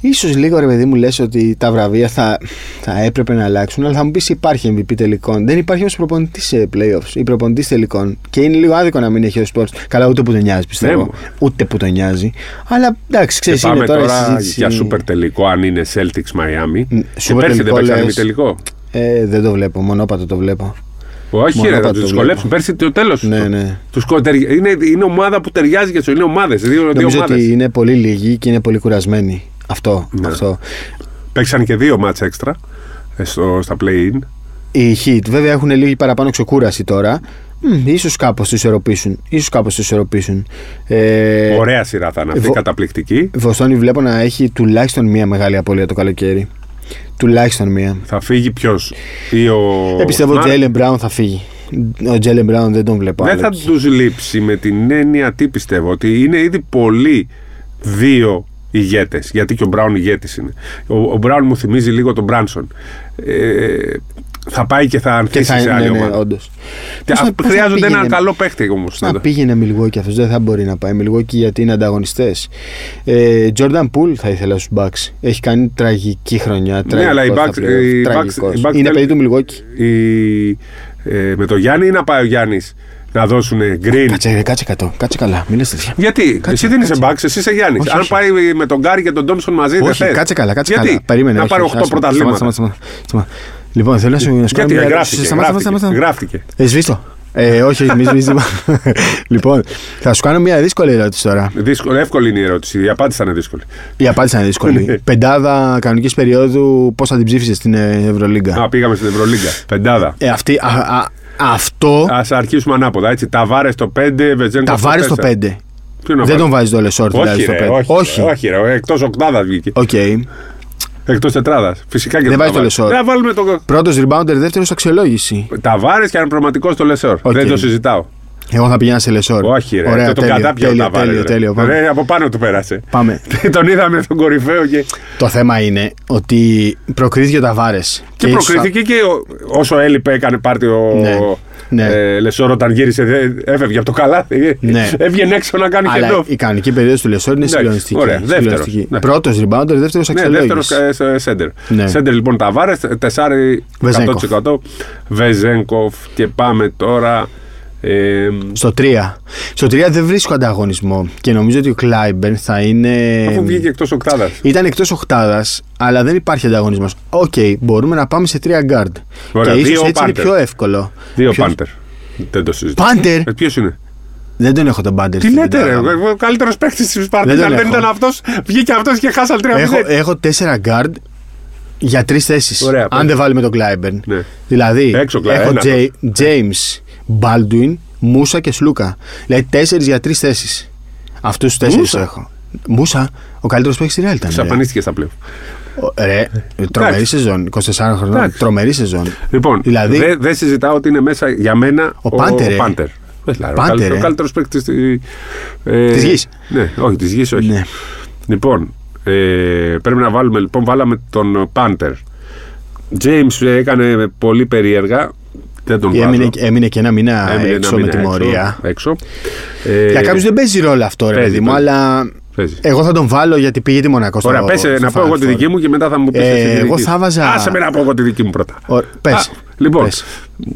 S1: Ίσως λίγο ρε παιδί μου λες ότι τα βραβεία θα, θα έπρεπε να αλλάξουν, αλλά θα μου πεις υπάρχει MVP τελικών. Δεν υπάρχει όμως προπονητής σε playoffs ή προπονητής τελικών. Και είναι λίγο άδικο να μην έχει ο sports. Καλά, ούτε που τον νοιάζει πιστεύω.
S2: Ναι, μου.
S1: ούτε που τον νοιάζει. Αλλά εντάξει, ξέρεις,
S2: και πάμε
S1: είναι τώρα, η
S2: τώρα
S1: συζήτηση.
S2: για σούπερ τελικό, αν είναι Celtics Miami.
S1: Μ,
S2: Και
S1: σούπερ
S2: πέρσι δεν
S1: τελικό
S2: παίξανε μη
S1: λες.
S2: τελικό.
S1: Ε, δεν το βλέπω, μονόπατο το βλέπω.
S2: Όχι, ρε,
S1: Μονόπατο
S2: θα τους
S1: το
S2: δυσκολέψουν. Πέρσι το τέλος.
S1: Ναι, ναι.
S2: Είναι, είναι ομάδα που ταιριάζει για σου. Είναι ομάδες. Δύο, δύο
S1: Νομίζω
S2: ομάδε.
S1: ότι είναι πολύ λίγοι και είναι πολύ κουρασμένοι. Αυτό,
S2: Ναι.
S1: αυτό.
S2: Παίξαν και δύο μάτσα έξτρα ε, στο, στα play-in.
S1: Οι Heat βέβαια έχουν λίγη παραπάνω ξεκούραση τώρα. Μμ, ίσως κάπως τους ισορροπήσουν. Ίσως κάπως τους ισορροπήσουν. Ε,
S2: Ωραία σειρά θα είναι αυτή,
S1: βο-
S2: καταπληκτική.
S1: Βοστόνη βλέπω να έχει τουλάχιστον μία μεγάλη απώλεια το καλοκαίρι. Τουλάχιστον μία.
S2: Θα φύγει ποιος. Ο...
S1: Ε, πιστεύω ότι ο
S2: Smart.
S1: Τζέιλεν Μπράουν θα φύγει. Ο Τζέιλεν Μπράουν δεν τον βλέπω.
S2: Δεν
S1: άλλο.
S2: θα τους λείψει με την έννοια τι πιστεύω. Ότι είναι ήδη πολλοί δύο ηγέτες. Γιατί και ο Μπράουν ηγέτης είναι. Ο, ο Μπράουν μου θυμίζει λίγο τον Μπράνσον. Ε, θα πάει και θα
S1: και
S2: ανθίσει
S1: θα
S2: σε
S1: είναι,
S2: άλλη
S1: ναι, ναι,
S2: ομάδα.
S1: όντως.
S2: Και
S1: Πώς
S2: α-
S1: να- πώς να ναι.
S2: χρειάζονται έναν
S1: πήγαινε-
S2: καλό παίχτη όμως.
S1: πώς Να πήγαινε Μιλγόκι αυτός, δεν θα μπορεί να πάει Μιλγόκι γιατί είναι ανταγωνιστές. Ε, Jordan Poole θα ήθελα στους Bucks. Έχει κάνει τραγική χρονιά. τραγικό
S2: Ναι, αλλά οι
S1: στα
S2: Bucks-
S1: playoff,
S2: οι Bucks-
S1: τραγικός.
S2: οι Bucks
S1: Είναι
S2: θέλουν-
S1: παιδί του Μιλγόκι.
S2: Η, ε, με το Γιάννη ή να πάει ο Γιάννης να δώσουν green.
S1: Κάτσε, ρε, κάτσε κατώ, κάτσε καλά, μην λες τέτοια.
S2: Γιατί, εσύ δεν είσαι μπαξ, εσύ είσαι Γιάννης.
S1: Όχι,
S2: Αν
S1: όχι.
S2: πάει με τον Γκάρι και τον Ντόμσον μαζί, δεν
S1: Όχι,
S2: θες.
S1: κάτσε καλά, κάτσε
S2: Γιατί?
S1: καλά. Περίμενε.
S2: να
S1: όχι,
S2: πάρει
S1: όχι,
S2: 8
S1: άστομα,
S2: πρωταθλήματα.
S1: σταμάτα, σταμάτα, σταμάτα. Λοιπόν, θέλω να σου να σου κάνω
S2: Γιατί Ε,
S1: μια
S2: γράφτηκε.
S1: ερώτηση. Σταμάτα,
S2: γράφτηκε,
S1: σταμάτα, σταμάτα.
S2: γράφτηκε.
S1: Ε, σβήστο. Ε, όχι, μη σβήσει. λοιπόν, θα σου κάνω μια δύσκολη ερώτηση τώρα.
S2: Δύσκολη, εύκολη είναι η ερώτηση. Η απάντηση θα είναι δύσκολη.
S1: Η απάντηση είναι
S2: Ναι.
S1: δύσκολη. Πεντάδα κανονικής περίοδου, πώς θα την ψήφισες στην ε, Ευρωλίγκα.
S2: Α, πήγαμε στην Ευρωλίγκα. Πεντάδα.
S1: Ε, αυτή, α, α, αυτό
S2: Ας αρχίσουμε ανάποδα. Έτσι. Τα βάρε στο 5, Βετζέγκο.
S1: τα βάρει
S2: ε.
S1: στο 5. Δεν τον βάζεις το λεσόρ δηλαδή
S2: Όχι,
S1: στο
S2: ρε,
S1: 5.
S2: όχι, όχι, ρε, εκτός οκτάδας βγήκε.
S1: Οκ.
S2: Εκτός τετράδας. Φυσικά και
S1: Δεν βάζει το
S2: Ταβάρες.
S1: Λεσόρ.
S2: Να βάλουμε το...
S1: Πρώτος rebounder, δεύτερος αξιολόγηση.
S2: Τα βάρε και αν πραγματικό στο Λεσόρ.
S1: Οκ.
S2: Δεν το συζητάω.
S1: Εγώ θα πηγαίνω σε λεσόρ.
S2: Όχι, ρε.
S1: Ωραία,
S2: το, το
S1: τέλειο,
S2: κατάπιε ο
S1: τέλειο,
S2: Ταβάρες,
S1: τέλειο,
S2: ρε.
S1: τέλειο. Πάμε.
S2: Ρε, από πάνω του πέρασε. *laughs*
S1: Πάμε.
S2: τον είδαμε τον κορυφαίο και,
S1: Το θέμα είναι ότι προκρίθηκε ο Ταβάρες.
S2: και προκρίθηκε και ο- όσο έλειπε έκανε πάρτι ο
S1: Ναι, ναι.
S2: Ε, Λεσόρ όταν γύρισε δεν- έφευγε από το καλάθι.
S1: Ναι.
S2: Έβγαινε έξω να κάνει
S1: Αλλά
S2: χεντό.
S1: η κανονική περίοδος του Λεσόρ είναι
S2: Εντάξει,
S1: συγκλονιστική.
S2: ωραία, δεύτερος, ναι.
S1: Πρώτος rebounder, δεύτερος
S2: Ναι,
S1: αξιολόγηση.
S2: δεύτερο σέντερ.
S1: Ναι.
S2: Σέντερ λοιπόν Ταβάρε, 4%
S1: Βεζέγκοφ.
S2: 100%. Βεζέγκοφ και πάμε τώρα. Ε,
S1: Στο 3. Στο 3 δεν βρίσκω ανταγωνισμό και νομίζω ότι ο Κλάιμπερν θα είναι.
S2: αφού βγήκε εκτός οκτάδας.
S1: Ήταν εκτός οχτάδα, αλλά δεν υπάρχει ανταγωνισμός. Οκ, μπορούμε να πάμε σε 3 guard.
S2: Ωραία,
S1: και
S2: δύο
S1: ίσω έτσι είναι
S2: Panther.
S1: πιο εύκολο.
S2: Δύο
S1: Ποιος-
S2: πάντερ. Δεν το συζητώ.
S1: Πάντερ!
S2: Ε, Ποιος είναι.
S1: Δεν τον έχω τον Πάντερ.
S2: Τι
S1: στην
S2: λέτε, ρε.
S1: πεντάδα μου.
S2: Ο- Ο καλύτερος παίκτης της
S1: Δεν
S2: Σπαρτίνα
S1: τον
S2: δεν
S1: έχω.
S2: ήταν αυτός. Βγήκε αυτός και χάσαν τρία
S1: Έχω, ε,
S2: μηδέν.
S1: έχω τέσσερα guard για τρεις θέσεις.
S2: Ωραία,
S1: Αν
S2: πες.
S1: δεν βάλουμε τον Κλάιμπερν.
S2: Ναι.
S1: Δηλαδή,
S2: Έξω, Κλάι-
S1: έχω
S2: ένας.
S1: Τζέι- James, Baldwin, Μούσα και Σλούκα. Δηλαδή τέσσερις για τρεις θέσεις. Αυτούς τους τέσσερις
S2: Μούσα.
S1: έχω. Μούσα, ο καλύτερος παίκτης στη Real ήταν. ρε.
S2: Εξαφανίστηκε στα πλέον.
S1: Ο- Ρε, τρομερή
S2: Εντάξει.
S1: σεζόν. 24 χρονών.
S2: Εντάξει.
S1: Τρομερή σεζόν.
S2: Λοιπόν,
S1: Δηλαδή-
S2: δεν δεν συζητάω ότι είναι μέσα για μένα
S1: Ο Πάντερ, ε.
S2: Πάντερ. Λες, δηλαδή, Ο
S1: Πάντερ,
S2: καλύτερο-
S1: ε.
S2: ο καλύτερος παίκτης τη ε,
S1: Της γης.
S2: Ναι, όχι, της γης, όχι.
S1: Ναι.
S2: Λοιπόν, ε, πρέπει να βάλουμε. Λοιπόν, βάλαμε τον Πάντερ. James ε, έκανε πολύ περίεργα. Δεν τον βάζω.
S1: Έμεινε, έμεινε και ένα μήνα
S2: Έμεινε ένα
S1: έξω με
S2: μήνα
S1: τιμωρία.
S2: Έξω. Ε,
S1: Για κάποιους δεν παίζει ρόλο αυτό, ρε
S2: παίζει,
S1: παιδί μου,
S2: παίζει.
S1: αλλά
S2: παίζει.
S1: εγώ θα τον βάλω γιατί πήγε τη Μονακό. στο-
S2: Ωραία, πες ε,
S1: στο
S2: να πω εγώ τη
S1: Frankfurt.
S2: δική μου και μετά θα μου πεις.
S1: Ε, εγώ θα βάζα-
S2: Άσε με να πω εγώ τη δική μου πρώτα.
S1: Ω, πες.
S2: Α, λοιπόν,
S1: Πες.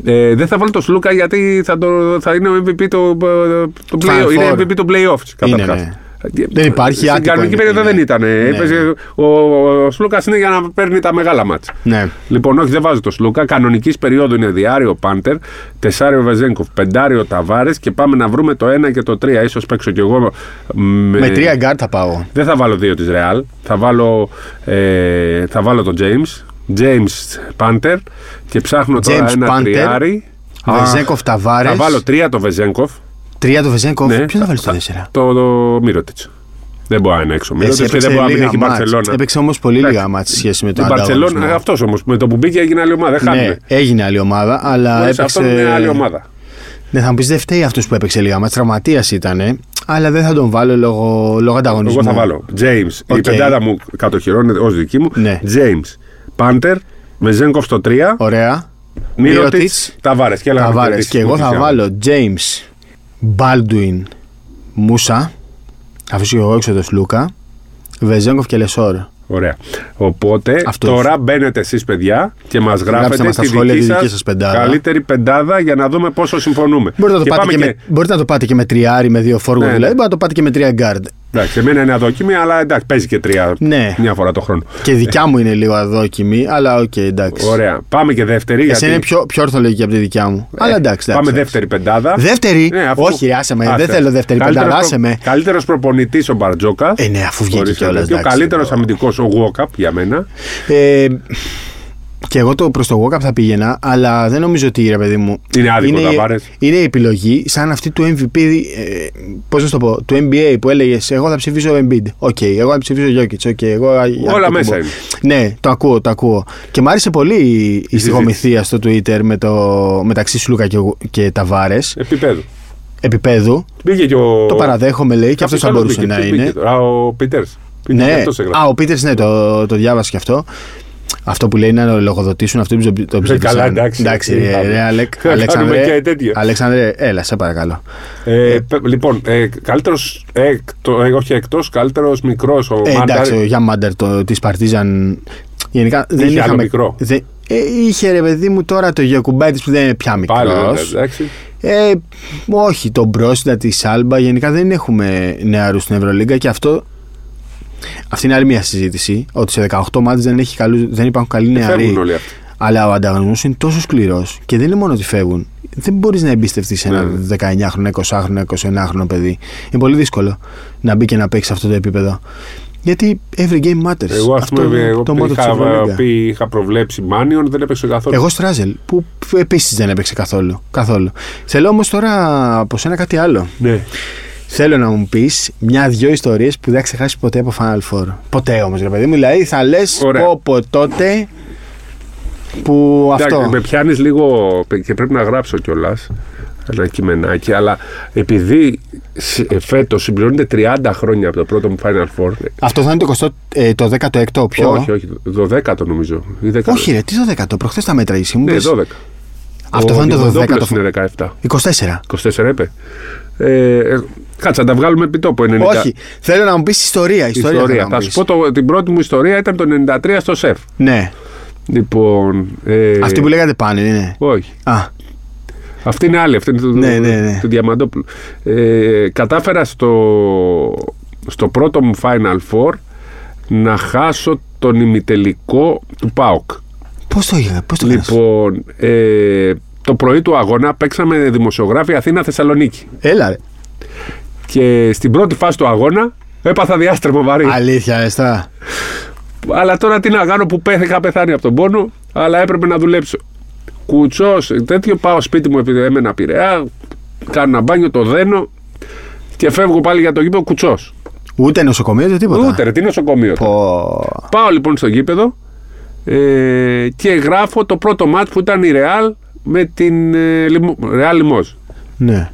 S2: Ε, δεν θα βάλω τον Σλούκα γιατί θα, το, θα είναι ο MVP το, ε, το play,
S1: Final
S2: είναι
S1: Four.
S2: MVP των playoffs.
S1: Είναι,
S2: καταρχάς.
S1: ναι. Δεν υπάρχει,
S2: Στην
S1: άτυπο
S2: κανονική
S1: είναι,
S2: περίοδο δεν
S1: είναι.
S2: ήταν. ε.
S1: Ναι.
S2: Έπαιζε, ο, ο Σλούκας είναι για να παίρνει τα μεγάλα μάτς.
S1: Ναι.
S2: Λοιπόν, όχι, δεν βάζω το Σλούκα. Κανονικής περίοδο είναι διάριο Πάντερ, τεσάριο Βεζέγκοφ, πεντάριο Ταβάρες και πάμε να βρούμε το 1 και το 3. σω παίξω κι εγώ με,
S1: Με τρία γκάρ θα πάω.
S2: δεν θα βάλω δύο της Real. Θα βάλω, ε, θα βάλω τον James. James Panther. Και ψάχνω τώρα
S1: James
S2: ένα
S1: Panther,
S2: τριάρι. Α,
S1: Βεζέκοφ Ταβάρες.
S2: Θα βάλω τρία το Βεζέγκοφ.
S1: Τρία το Βεζέκοφ.
S2: Ναι,
S1: Ποιος θα
S2: θα-
S1: βάλει το
S2: θα-
S1: τέσσερα.
S2: Το, το Μύρωτιτς. Δεν μπορεί να είναι έξω. ο
S1: Έτσι,
S2: Μύρωτιτς και δεν μπορεί να μην έχει η Μπαρσελόνα.
S1: Έπαιξε όμως πολύ
S2: Εντάξει.
S1: λίγα μάτς σε σχέση με
S2: Η
S1: τον
S2: Μπαρσελόνα,
S1: Ανταγωνισμό.
S2: αυτός όμως. Με το που μπήκε έγινε άλλη ομάδα. Δεν
S1: Ναι,
S2: χάνουμε.
S1: έγινε άλλη ομάδα, αλλά
S2: Χωρίς αυτόν είναι άλλη
S1: έπαιξε.
S2: ομάδα.
S1: Ναι, θα μου πεις δεν φταίει αυτός που έπαιξε λίγα μάτς. Τραυματίας ήταν, αλλά δεν θα τον βάλω λόγω, λόγω ανταγωνισμού.
S2: Εγώ θα βάλω James. Η
S1: Οκ.
S2: πεντάδα μου κατοχυρώνεται ως δική μου.
S1: Ναι.
S2: James Panther. Βεζέγκοφ στο 3.
S1: Ωραία.
S2: Μύρωτιτ,
S1: Μύρωτιτς,
S2: Ταβάρες. Και, έλα να
S1: Ταβάρε.
S2: κερδίσεις
S1: Και εγώ θα
S2: Μούτιτς.
S1: βάλω James, Baldwin, Μούσα. Αφήσω και εγώ έξω τον Σλούκα. Βεζέγκοφ και Λεσόρ.
S2: Ωραία. Οπότε
S1: Αυτός.
S2: τώρα μπαίνετε εσείς, παιδιά, και μας
S1: Γράψτε
S2: γράφετε
S1: μας στα
S2: τη
S1: σχόλια
S2: δική,
S1: τη δική
S2: σας
S1: σας πεντάδα.
S2: καλύτερη πεντάδα για να δούμε πόσο συμφωνούμε.
S1: Μπορείτε να, το πάτε
S2: πάμε
S1: και με, μπορείτε να το πάτε και με τριάρι, με δύο φόρμα
S2: Ναι, ναι.
S1: δηλαδή. Μπορείτε να το πάτε και με τρία γκάρντ.
S2: Εντάξει, εμένα είναι αδόκιμη, αλλά εντάξει, παίζει και τρία
S1: Ναι.
S2: μια φορά το χρόνο.
S1: Και δικιά μου είναι λίγο αδόκιμη, αλλά οκ, εντάξει.
S2: Ωραία. Πάμε και δεύτερη.
S1: Εσύ
S2: γιατί... Ε,
S1: είναι πιο, πιο ορθολογική από τη δικιά μου. αλλά εντάξει, εντάξει.
S2: Πάμε
S1: εντάξει.
S2: δεύτερη πεντάδα.
S1: Δεύτερη.
S2: Ναι, αφού-
S1: Όχι, άσε με.
S2: Άσε.
S1: Δεν θέλω δεύτερη
S2: Καλύτερος
S1: πεντάδα. Άσε
S2: προ-
S1: με.
S2: Καλύτερος προπονητής ο Μπαρτζόκα.
S1: Ε, ναι, αφού βγήκε
S2: Χωρίς
S1: κιόλας.
S2: τέτοιο. καλύτερος αμυντικός ο Γουόκαπ για μένα.
S1: Ε, και εγώ το προς το Walkup θα πήγαινα, αλλά δεν νομίζω ότι ρε παιδί μου.
S2: Είναι άδικο
S1: είναι,
S2: να πάρεις.
S1: είναι η επιλογή σαν αυτή του MVP. Ε, Πώς να σου το πω, του NBA που έλεγες Εγώ θα ψηφίσω Embiid. Οκ, εγώ θα ψηφίσω Jokic. Οκ, εγώ, α-
S2: Όλα
S1: το
S2: μέσα
S1: κουμπώ.
S2: είναι.
S1: Ναι, το ακούω, το ακούω. Και μου άρεσε πολύ η, η στιγομηθεία στο Twitter με το, μεταξύ Σλούκα και, και Ταβάρες
S2: Επίπεδο.
S1: επίπεδου.
S2: Μπήκε και ο...
S1: Το παραδέχομαι, λέει, και αυτό
S2: Κάποιος
S1: θα
S2: άλλος
S1: μπορούσε
S2: μπήκε.
S1: να
S2: Ποιος
S1: είναι.
S2: μπήκε τώρα? Α, ο Πίτερ.
S1: Ναι. Α, ο Πίτερ, ναι, το, το διάβασε και αυτό. Αυτό που λέει είναι να λογοδοτήσουν αυτοί που τον ψη- τον ψήφισαν.
S2: Ναι, καλά, εντάξει.
S1: Εντάξει, ε,
S2: Τι
S1: ρε,
S2: πάμε.
S1: ρε, Αλεκ,
S2: Κάνουμε
S1: Αλεξανδρέ,
S2: και τέτοιο.
S1: Αλεξανδρέ, έλα, σε παρακαλώ.
S2: Λοιπόν, ε, καλύτερος. Εκτο, ε, όχι εκτό, καλύτερος μικρός ο
S1: Ε,
S2: Μάνταρ.
S1: εντάξει, ο Γιάν Μάντερ της Παρτίζαν. Γενικά δεν
S2: άλλο
S1: είχαμε.
S2: μικρό.
S1: δεν- ε, είχε ρε παιδί μου τώρα το Γιακουμπάιτη που δεν είναι πια μικρό.
S2: Πάλι δεν ήταν, εντάξει.
S1: Ε, όχι, τον Μπρόσιντα, τη Σάλμπα. Γενικά δεν έχουμε νεαρούς στην Ευρωλίγκα και αυτό. Αυτή είναι άλλη μια συζήτηση. Ότι σε 18 μάτς δεν, έχει καλούς, δεν υπάρχουν καλοί νεαροί.
S2: Ε, Φεύγουν όλοι αυτοί.
S1: Ναι, Αλλά ο ανταγωνισμός είναι τόσο σκληρός και δεν είναι μόνο ότι φεύγουν. Δεν μπορείς να εμπιστευτείς ένα
S2: Ναι.
S1: 19χρονο, 20χρονο, 21χρονο παιδί. Είναι πολύ δύσκολο να μπει και να παίξει σε αυτό το επίπεδο. Γιατί every game matters.
S2: Εγώ, ας
S1: Αυτό
S2: πούμε,
S1: είναι
S2: εγώ
S1: το
S2: πει-
S1: μότο τη
S2: είχα,
S1: Ευρωλίγκα.
S2: πει, είχα προβλέψει Μάνιον, δεν έπαιξε καθόλου.
S1: Εγώ Στράζελ, που επίσης δεν έπαιξε καθόλου. καθόλου. Θέλω όμως τώρα από σένα κάτι άλλο.
S2: Ναι.
S1: Θέλω να μου πεις μια-δυο ιστορίες που δεν θα ξεχάσει ποτέ από Final Four. Ποτέ όμως, ρε παιδί μου. Δηλαδή θα λες
S2: Ωραία.
S1: από τότε που αυτό.
S2: Εντάξει, με πιάνεις λίγο και πρέπει να γράψω κιόλας ένα κειμενάκι, αλλά επειδή φέτος συμπληρώνεται 30 χρόνια από το πρώτο μου Final Four.
S1: Αυτό θα είναι το, 20, ε, το 16ο πιο.
S2: Όχι, όχι, το 12ο νομίζω. ή 10ο.
S1: Όχι, ρε, τι 12ο. Προχθές τα μέτρα ήσουν.
S2: Ναι, 12.
S1: Αυτό θα είναι
S2: Ο
S1: το 12ο.
S2: Διαμαντόπουλος είναι 17.
S1: 24.
S2: 24 είπε. Ε, ε, κάτσε, να τα βγάλουμε επί τόπου. 90.
S1: Όχι, θέλω να μου πεις ιστορία. Ιστορία.
S2: ιστορία.
S1: θέλω να
S2: Θα
S1: μου
S2: σου
S1: πεις.
S2: πω το, την πρώτη μου ιστορία ήταν το 93 στο σεφ.
S1: Ναι.
S2: Λοιπόν. Ε,
S1: Αυτή που λέγατε πάνω είναι.
S2: Όχι.
S1: Α,
S2: Αυτή είναι άλλη. Αυτή είναι του,
S1: Ναι, ναι, ναι.
S2: του Διαμαντόπουλου. Ε, κατάφερα στο, στο πρώτο μου Final Four να χάσω τον ημιτελικό του ΠΑΟΚ.
S1: πώς το είχα, πώς το λοιπόν,
S2: Λοιπόν, ε, το πρωί του αγώνα παίξαμε δημοσιογράφοι Αθήνα-Θεσσαλονίκη.
S1: Έλα, ρε.
S2: Ε. Και στην πρώτη φάση του αγώνα έπαθα διάστρεμο βαρύ.
S1: Αλήθεια, εστά.
S2: Αλλά τώρα τι να κάνω που πέθ- είχα πεθάνει από τον πόνο, αλλά έπρεπε να δουλέψω. Κουτσός, τέτοιο πάω σπίτι μου επειδή έμενα πειραιά, κάνω ένα μπάνιο, το δένω και φεύγω πάλι για το γήπεδο κουτσός.
S1: Ούτε νοσοκομείο, ούτε τίποτα.
S2: Ούτε ρε, τι νοσοκομείο. τώρα.
S1: Πω.
S2: Πάω λοιπόν στο γήπεδο ε, και γράφω το πρώτο μάτ που ήταν η Real με την ε, Λιμο- Real Λιμός.
S1: Ναι.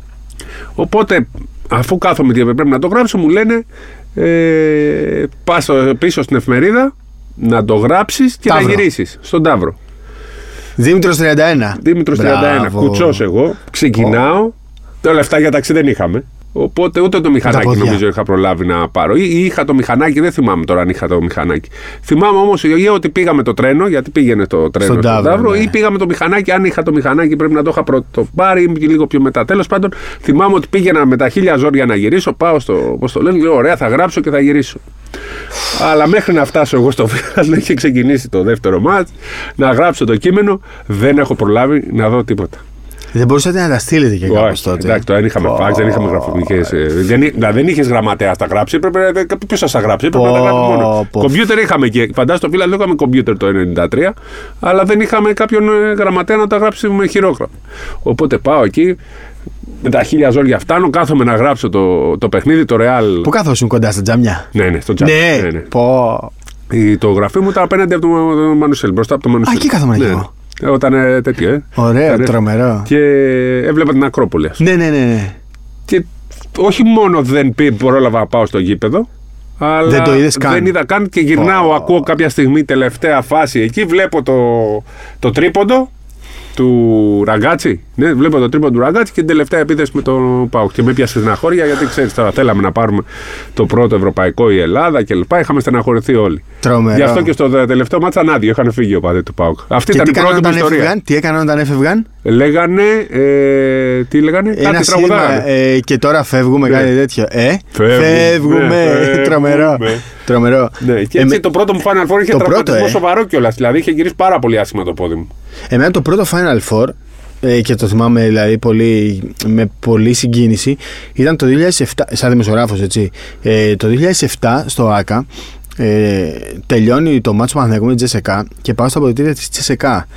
S2: Οπότε, αφού κάθομαι και πρέπει να το γράψω, μου λένε ε, πας πίσω στην εφημερίδα να το γράψεις και
S1: Ταύρο.
S2: να γυρίσεις στον Ταύρο.
S1: Δήμητρος 31.
S2: Δήμητρος 31,
S1: Μπράβο.
S2: κουτσός ε. εγώ, ξεκινάω. Τα λεφτά για ταξί δεν είχαμε. Οπότε ούτε το μηχανάκι
S1: πόδια.
S2: νομίζω είχα προλάβει να πάρω. Ή ή είχα το μηχανάκι, δεν θυμάμαι τώρα αν είχα το μηχανάκι. Θυμάμαι όμως ότι πήγαμε το τρένο, γιατί πήγαινε το τρένο
S1: Στον
S2: στον
S1: Ταύρο,
S2: Ταύρο,
S1: ναι.
S2: ή πήγαμε το μηχανάκι, αν είχα το μηχανάκι πρέπει να το είχα πρώτο πάρει ή και λίγο πιο μετά. Τέλος πάντων, θυμάμαι ότι πήγαινα με τα χίλια ζόρια να γυρίσω, πάω στο, πώς το λένε, λέω: Ωραία, θα γράψω και θα γυρίσω. Αλλά μέχρι να φτάσω εγώ στο *laughs* Βίλαν, είχε ξεκινήσει το δεύτερο μάτ, να γράψω το κείμενο, δεν έχω προλάβει να δω τίποτα.
S1: Δεν μπορούσατε να τα στείλετε και κάπως
S2: Όχι,
S1: τότε.
S2: Εντάξει, τώρα δεν είχαμε
S1: Πω.
S2: φάξ, δεν είχαμε γραφικέ. Δεν, εί- δηλαδή δεν είχες γραμματέα να τα γράψει. Έπρεπε, ποιο θα τα γράψει, έπρεπε να τα
S1: Πω,
S2: γράφει μόνος.
S1: πω.
S2: Κομπιούτερ είχαμε και. Φαντάζομαι το φίλο, δεν είχαμε κομπιούτερ το 93, αλλά δεν είχαμε κάποιον ε, γραμματέα να τα γράψει με χειρόγραφο. Οπότε πάω εκεί, με τα χίλια ζόρια φτάνω, κάθομαι να γράψω το, το παιχνίδι, το Real.
S1: Πού καθόσουν κοντά στα τζαμιά.
S2: Ναι, ναι, στο τζάμπι.
S1: Ναι. Πω.
S2: Η- Το γραφείο μου ήταν απέναντι από το Μανουσέλ, μπροστά από το Μανουσέλ.
S1: εκεί κάθομαι
S2: ναι.
S1: εγώ.
S2: Ε, Όταν ε, τέτοιο, ε.
S1: Ωραίο,
S2: Ήταν, ε,
S1: τρομερό.
S2: Και έβλεπα την Ακρόπολη, ας πούμε.
S1: Ναι, ναι, ναι. ναι.
S2: Και όχι μόνο δεν πει, πρόλαβα να πάω στο γήπεδο, αλλά
S1: Δεν το είδες καν.
S2: δεν είδα καν και γυρνάω,
S1: Πω.
S2: ακούω κάποια στιγμή τελευταία φάση εκεί, βλέπω το, το τρίποντο του Ραγκάτσι. Ναι, βλέπω το τρίποντο του Ραγκάτσι και την τελευταία επίθεση με τον Πάουκ. Και με πιάσε στεναχώρια γιατί ξέρεις τώρα θέλαμε να πάρουμε το πρώτο ευρωπαϊκό η Ελλάδα κλπ. Είχαμε στεναχωρηθεί όλοι.
S1: Τρομερό.
S2: Γι' αυτό και στο δε- τελευταίο μάτσα ήταν άδειο. Είχαν φύγει ο παδί του Πάουκ. Αυτή
S1: Και
S2: ήταν
S1: τι
S2: η
S1: έκαναν
S2: πρώτη μου
S1: όταν
S2: ιστορία.
S1: έφευγαν, τι έκαναν όταν έφευγαν,
S2: Λέγανε. Ε, τι λέγανε,
S1: ένα
S2: κάτι
S1: σύνθημα
S2: τραγουδάγανε.
S1: ε, και τώρα φεύγουμε,
S2: Ναι.
S1: κάτι τέτοιο. Ε,
S2: Φεύγουμε, ναι, φεύγουμε.
S1: τρομερό. τρομερό.
S2: Ναι, και έτσι
S1: Εμέ-
S2: το πρώτο μου Final Four είχε
S1: Ε, το πρώτο,
S2: τραυματισμό
S1: ε.
S2: σοβαρό κιόλας. Δηλαδή είχε γυρίσει πάρα πολύ άσχημα το πόδι μου.
S1: Εμένα το πρώτο Final Four ε, και το θυμάμαι δηλαδή πολύ, με πολλή συγκίνηση ήταν το 2007, σαν δημοσιογράφος έτσι, ε, το 2007 στο ΆΚΑ ε, τελειώνει το μάτσο Παναθηναϊκού με τη Τζεσεκά και πάω στα αποδητήρια της Τζεσεκά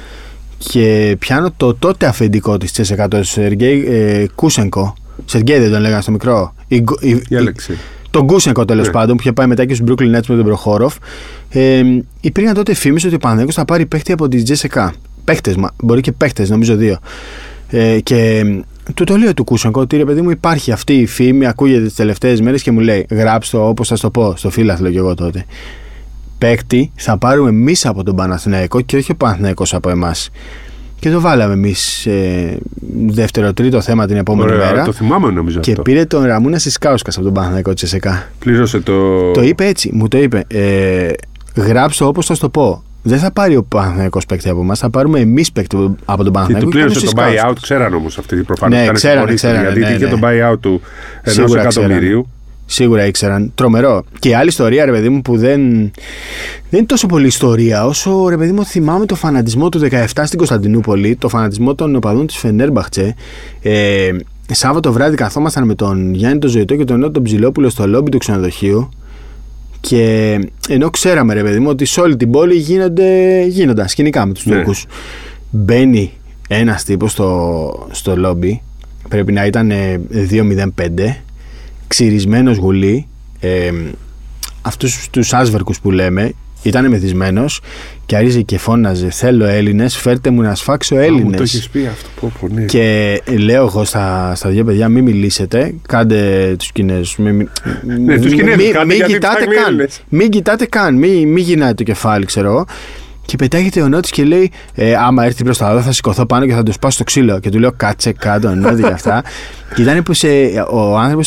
S1: και πιάνω το τότε αφεντικό της Τζεσεκά, τον Σεργέη ε, Κούσενκο Σεργέη δεν τον λέγανε στο μικρό Η Γκο- η-
S2: Η Αλέξη.
S1: τον Κούσενκο τέλος
S2: Ναι.
S1: πάντων, που είχε πάει μετά και στους Brooklyn Nets με τον Προχώροφ. Ε, υπήρχαν τότε φήμε ότι ο Παναθηναϊκός θα πάρει παίχτη από τη Τζέσσεκα. Παίχτε, μπορεί και παίχτες, νομίζω δύο. Ε, και ε, του το λέω του Κούσενκο ότι ρε παιδί μου υπάρχει αυτή η φήμη, ακούγεται τις τελευταίες μέρες και μου λέει γράψτε το όπως θα το πω, στο φίλαθλο κι εγώ τότε. Παίκτη θα πάρουμε εμείς από τον Παναθηναϊκό και όχι ο Παναθηναϊκός από εμάς. Και το βάλαμε εμείς ε, δεύτερο-τρίτο θέμα την επόμενη μέρα.
S2: το θυμάμαι νομίζω
S1: Και
S2: αυτό.
S1: πήρα τον Ραμούνα Σισκάουσκα από τον Παναθηναϊκό της ΕΣΕΚΑ.
S2: Πλήρωσε το.
S1: Το είπε έτσι, μου το είπε. Ε, γράψτε όπως θα σου το πω. Δεν θα πάρει ο Παναθηναϊκός παίκτη από εμάς, θα πάρουμε εμείς παίκτη από τον
S2: Και
S1: Παναθηναϊκό.
S2: του
S1: και
S2: πλήρωσε
S1: τους
S2: το
S1: scouts.
S2: buyout, ξέραν όμως αυτή την προφανώ.
S1: Ναι,
S2: ήταν
S1: ξέρανε,
S2: συγχωρήτητα,
S1: ξέρανε,
S2: Γιατί
S1: ναι,
S2: είχε
S1: ναι.
S2: το buyout του ενός
S1: Σίγουρα
S2: εκατομμυρίου.
S1: Σίγουρα ήξεραν. Τρομερό. Και η άλλη ιστορία, ρε παιδί μου, που δεν. Δεν είναι τόσο πολύ ιστορία, όσο ρε παιδί μου θυμάμαι το φανατισμό του 17 στην Κωνσταντινούπολη, το φανατισμό των οπαδών της Φενέρμπαχτσε. Ε, Σάββατο βράδυ καθόμασταν με τον Γιάννη τον Ζωητό και τον Νότο τον Ψηλόπουλο στο λόμπι του ξενοδοχείου. Και ενώ ξέραμε, ρε παιδί μου, ότι σε όλη την πόλη γίνονται, γίνονταν σκηνικά με τους
S2: Ναι.
S1: Τούρκους. Μπαίνει ένας τύπος στο, στο λόμπι, πρέπει να ήταν ε, 2.05, ξυρισμένος γουλί, ε, αυτούς τους άσβερκους που λέμε, ήταν μεθυσμένος και άρχιζε και φώναζε: Θέλω Έλληνες, φέρτε μου να σφάξω
S2: Α, Μου
S1: Έλληνε.
S2: το έχεις πει αυτό. Πω, πω, ναι.
S1: Και λέω εγώ στα, στα δύο παιδιά: Μην μιλήσετε, κάντε τους Κινέζους. Μην, μην,
S2: Ναι, τους Κινέζους
S1: μην-
S2: κάντε,
S1: μην
S2: γιατί
S1: κοιτάτε
S2: ψάχνουν οι
S1: καν.
S2: Έλληνες.
S1: Μην κοιτάτε καν. Μην, μην γυρνάτε το κεφάλι, ξέρω εγώ. Και πετάγεται ο Νότη και λέει: ε, Άμα έρθει μπροστά εδώ, θα σηκωθώ πάνω και θα τους πάω στο ξύλο. Και του λέω: Κάτσε κάτω, Νότη και
S2: *laughs*
S1: αυτά. και ήταν που σε, ο άνθρωπος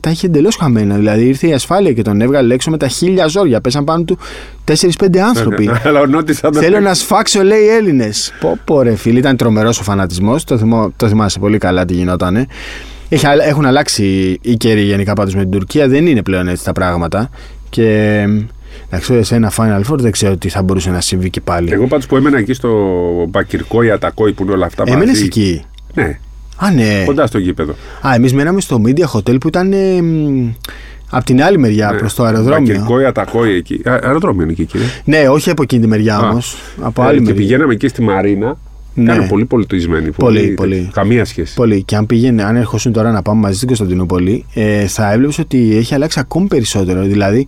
S1: τα είχε εντελώς χαμένα. Δηλαδή ήρθε η ασφάλεια και τον έβγαλε έξω με τα χίλια ζόρια. Πέσαν πάνω του 4-5 άνθρωποι.
S2: Ναι, *laughs* Αλλά ο Νότη θα το
S1: Θέλω να σφάξω, λέει Έλληνες. Πω, πω, ρε φίλε, ήταν τρομερός ο φανατισμός. Το, θυμώ- το θυμάσαι πολύ καλά τι γινότανε. Έχει αλ- έχουν αλλάξει οι καιροί γενικά πάντως με την Τουρκία. Δεν είναι πλέον έτσι τα πράγματα. Και εντάξει, σε ένα Final Four δεν ξέρω τι θα μπορούσε να συμβεί και πάλι.
S2: Εγώ πάντως που έμενα εκεί στο Μπακυρκό, η Ατακόη που είναι όλα αυτά.
S1: Έμενες
S2: μαζί.
S1: εκεί.
S2: Ναι,
S1: Α, ναι.
S2: κοντά στο γήπεδο.
S1: Α, εμείς μέναμε στο Media Hotel που ήταν. ε, μ, Απ' την άλλη
S2: Ναι.
S1: μεριά, προς το αεροδρόμιο.
S2: Ακυρκόη, Ατακόη εκεί. Α, αεροδρόμιο είναι εκεί, κύριε.
S1: Ναι, όχι από εκείνη τη μεριά
S2: Α.
S1: όμως. Από
S2: Ε,
S1: άλλη
S2: και
S1: μεριά.
S2: πηγαίναμε εκεί στη Μαρίνα.
S1: Ναι.
S2: Ήταν πολύ πολιτισμένοι.
S1: Πολύ, πολύ.
S2: Καμία σχέση.
S1: Πολύ. Και αν πήγαινε, αν ερχόσουν τώρα να πάμε μαζί στην Κωνσταντινούπολη, ε, θα έβλεπε ότι έχει αλλάξει ακόμη περισσότερο. Δηλαδή,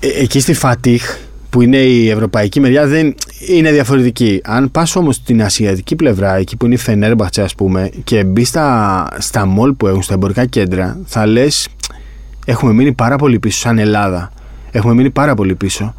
S1: ε, εκεί στη Φατίχ, που είναι η ευρωπαϊκή μεριά, δεν είναι διαφορετική. Αν πας όμως στην ασιατική πλευρά, εκεί που είναι η Φενέρμπαχτσε, ας πούμε, και μπει στα, στα μολ που έχουν, στα εμπορικά κέντρα, θα λες. Έχουμε μείνει πάρα πολύ πίσω, σαν Ελλάδα. Έχουμε μείνει πάρα πολύ πίσω.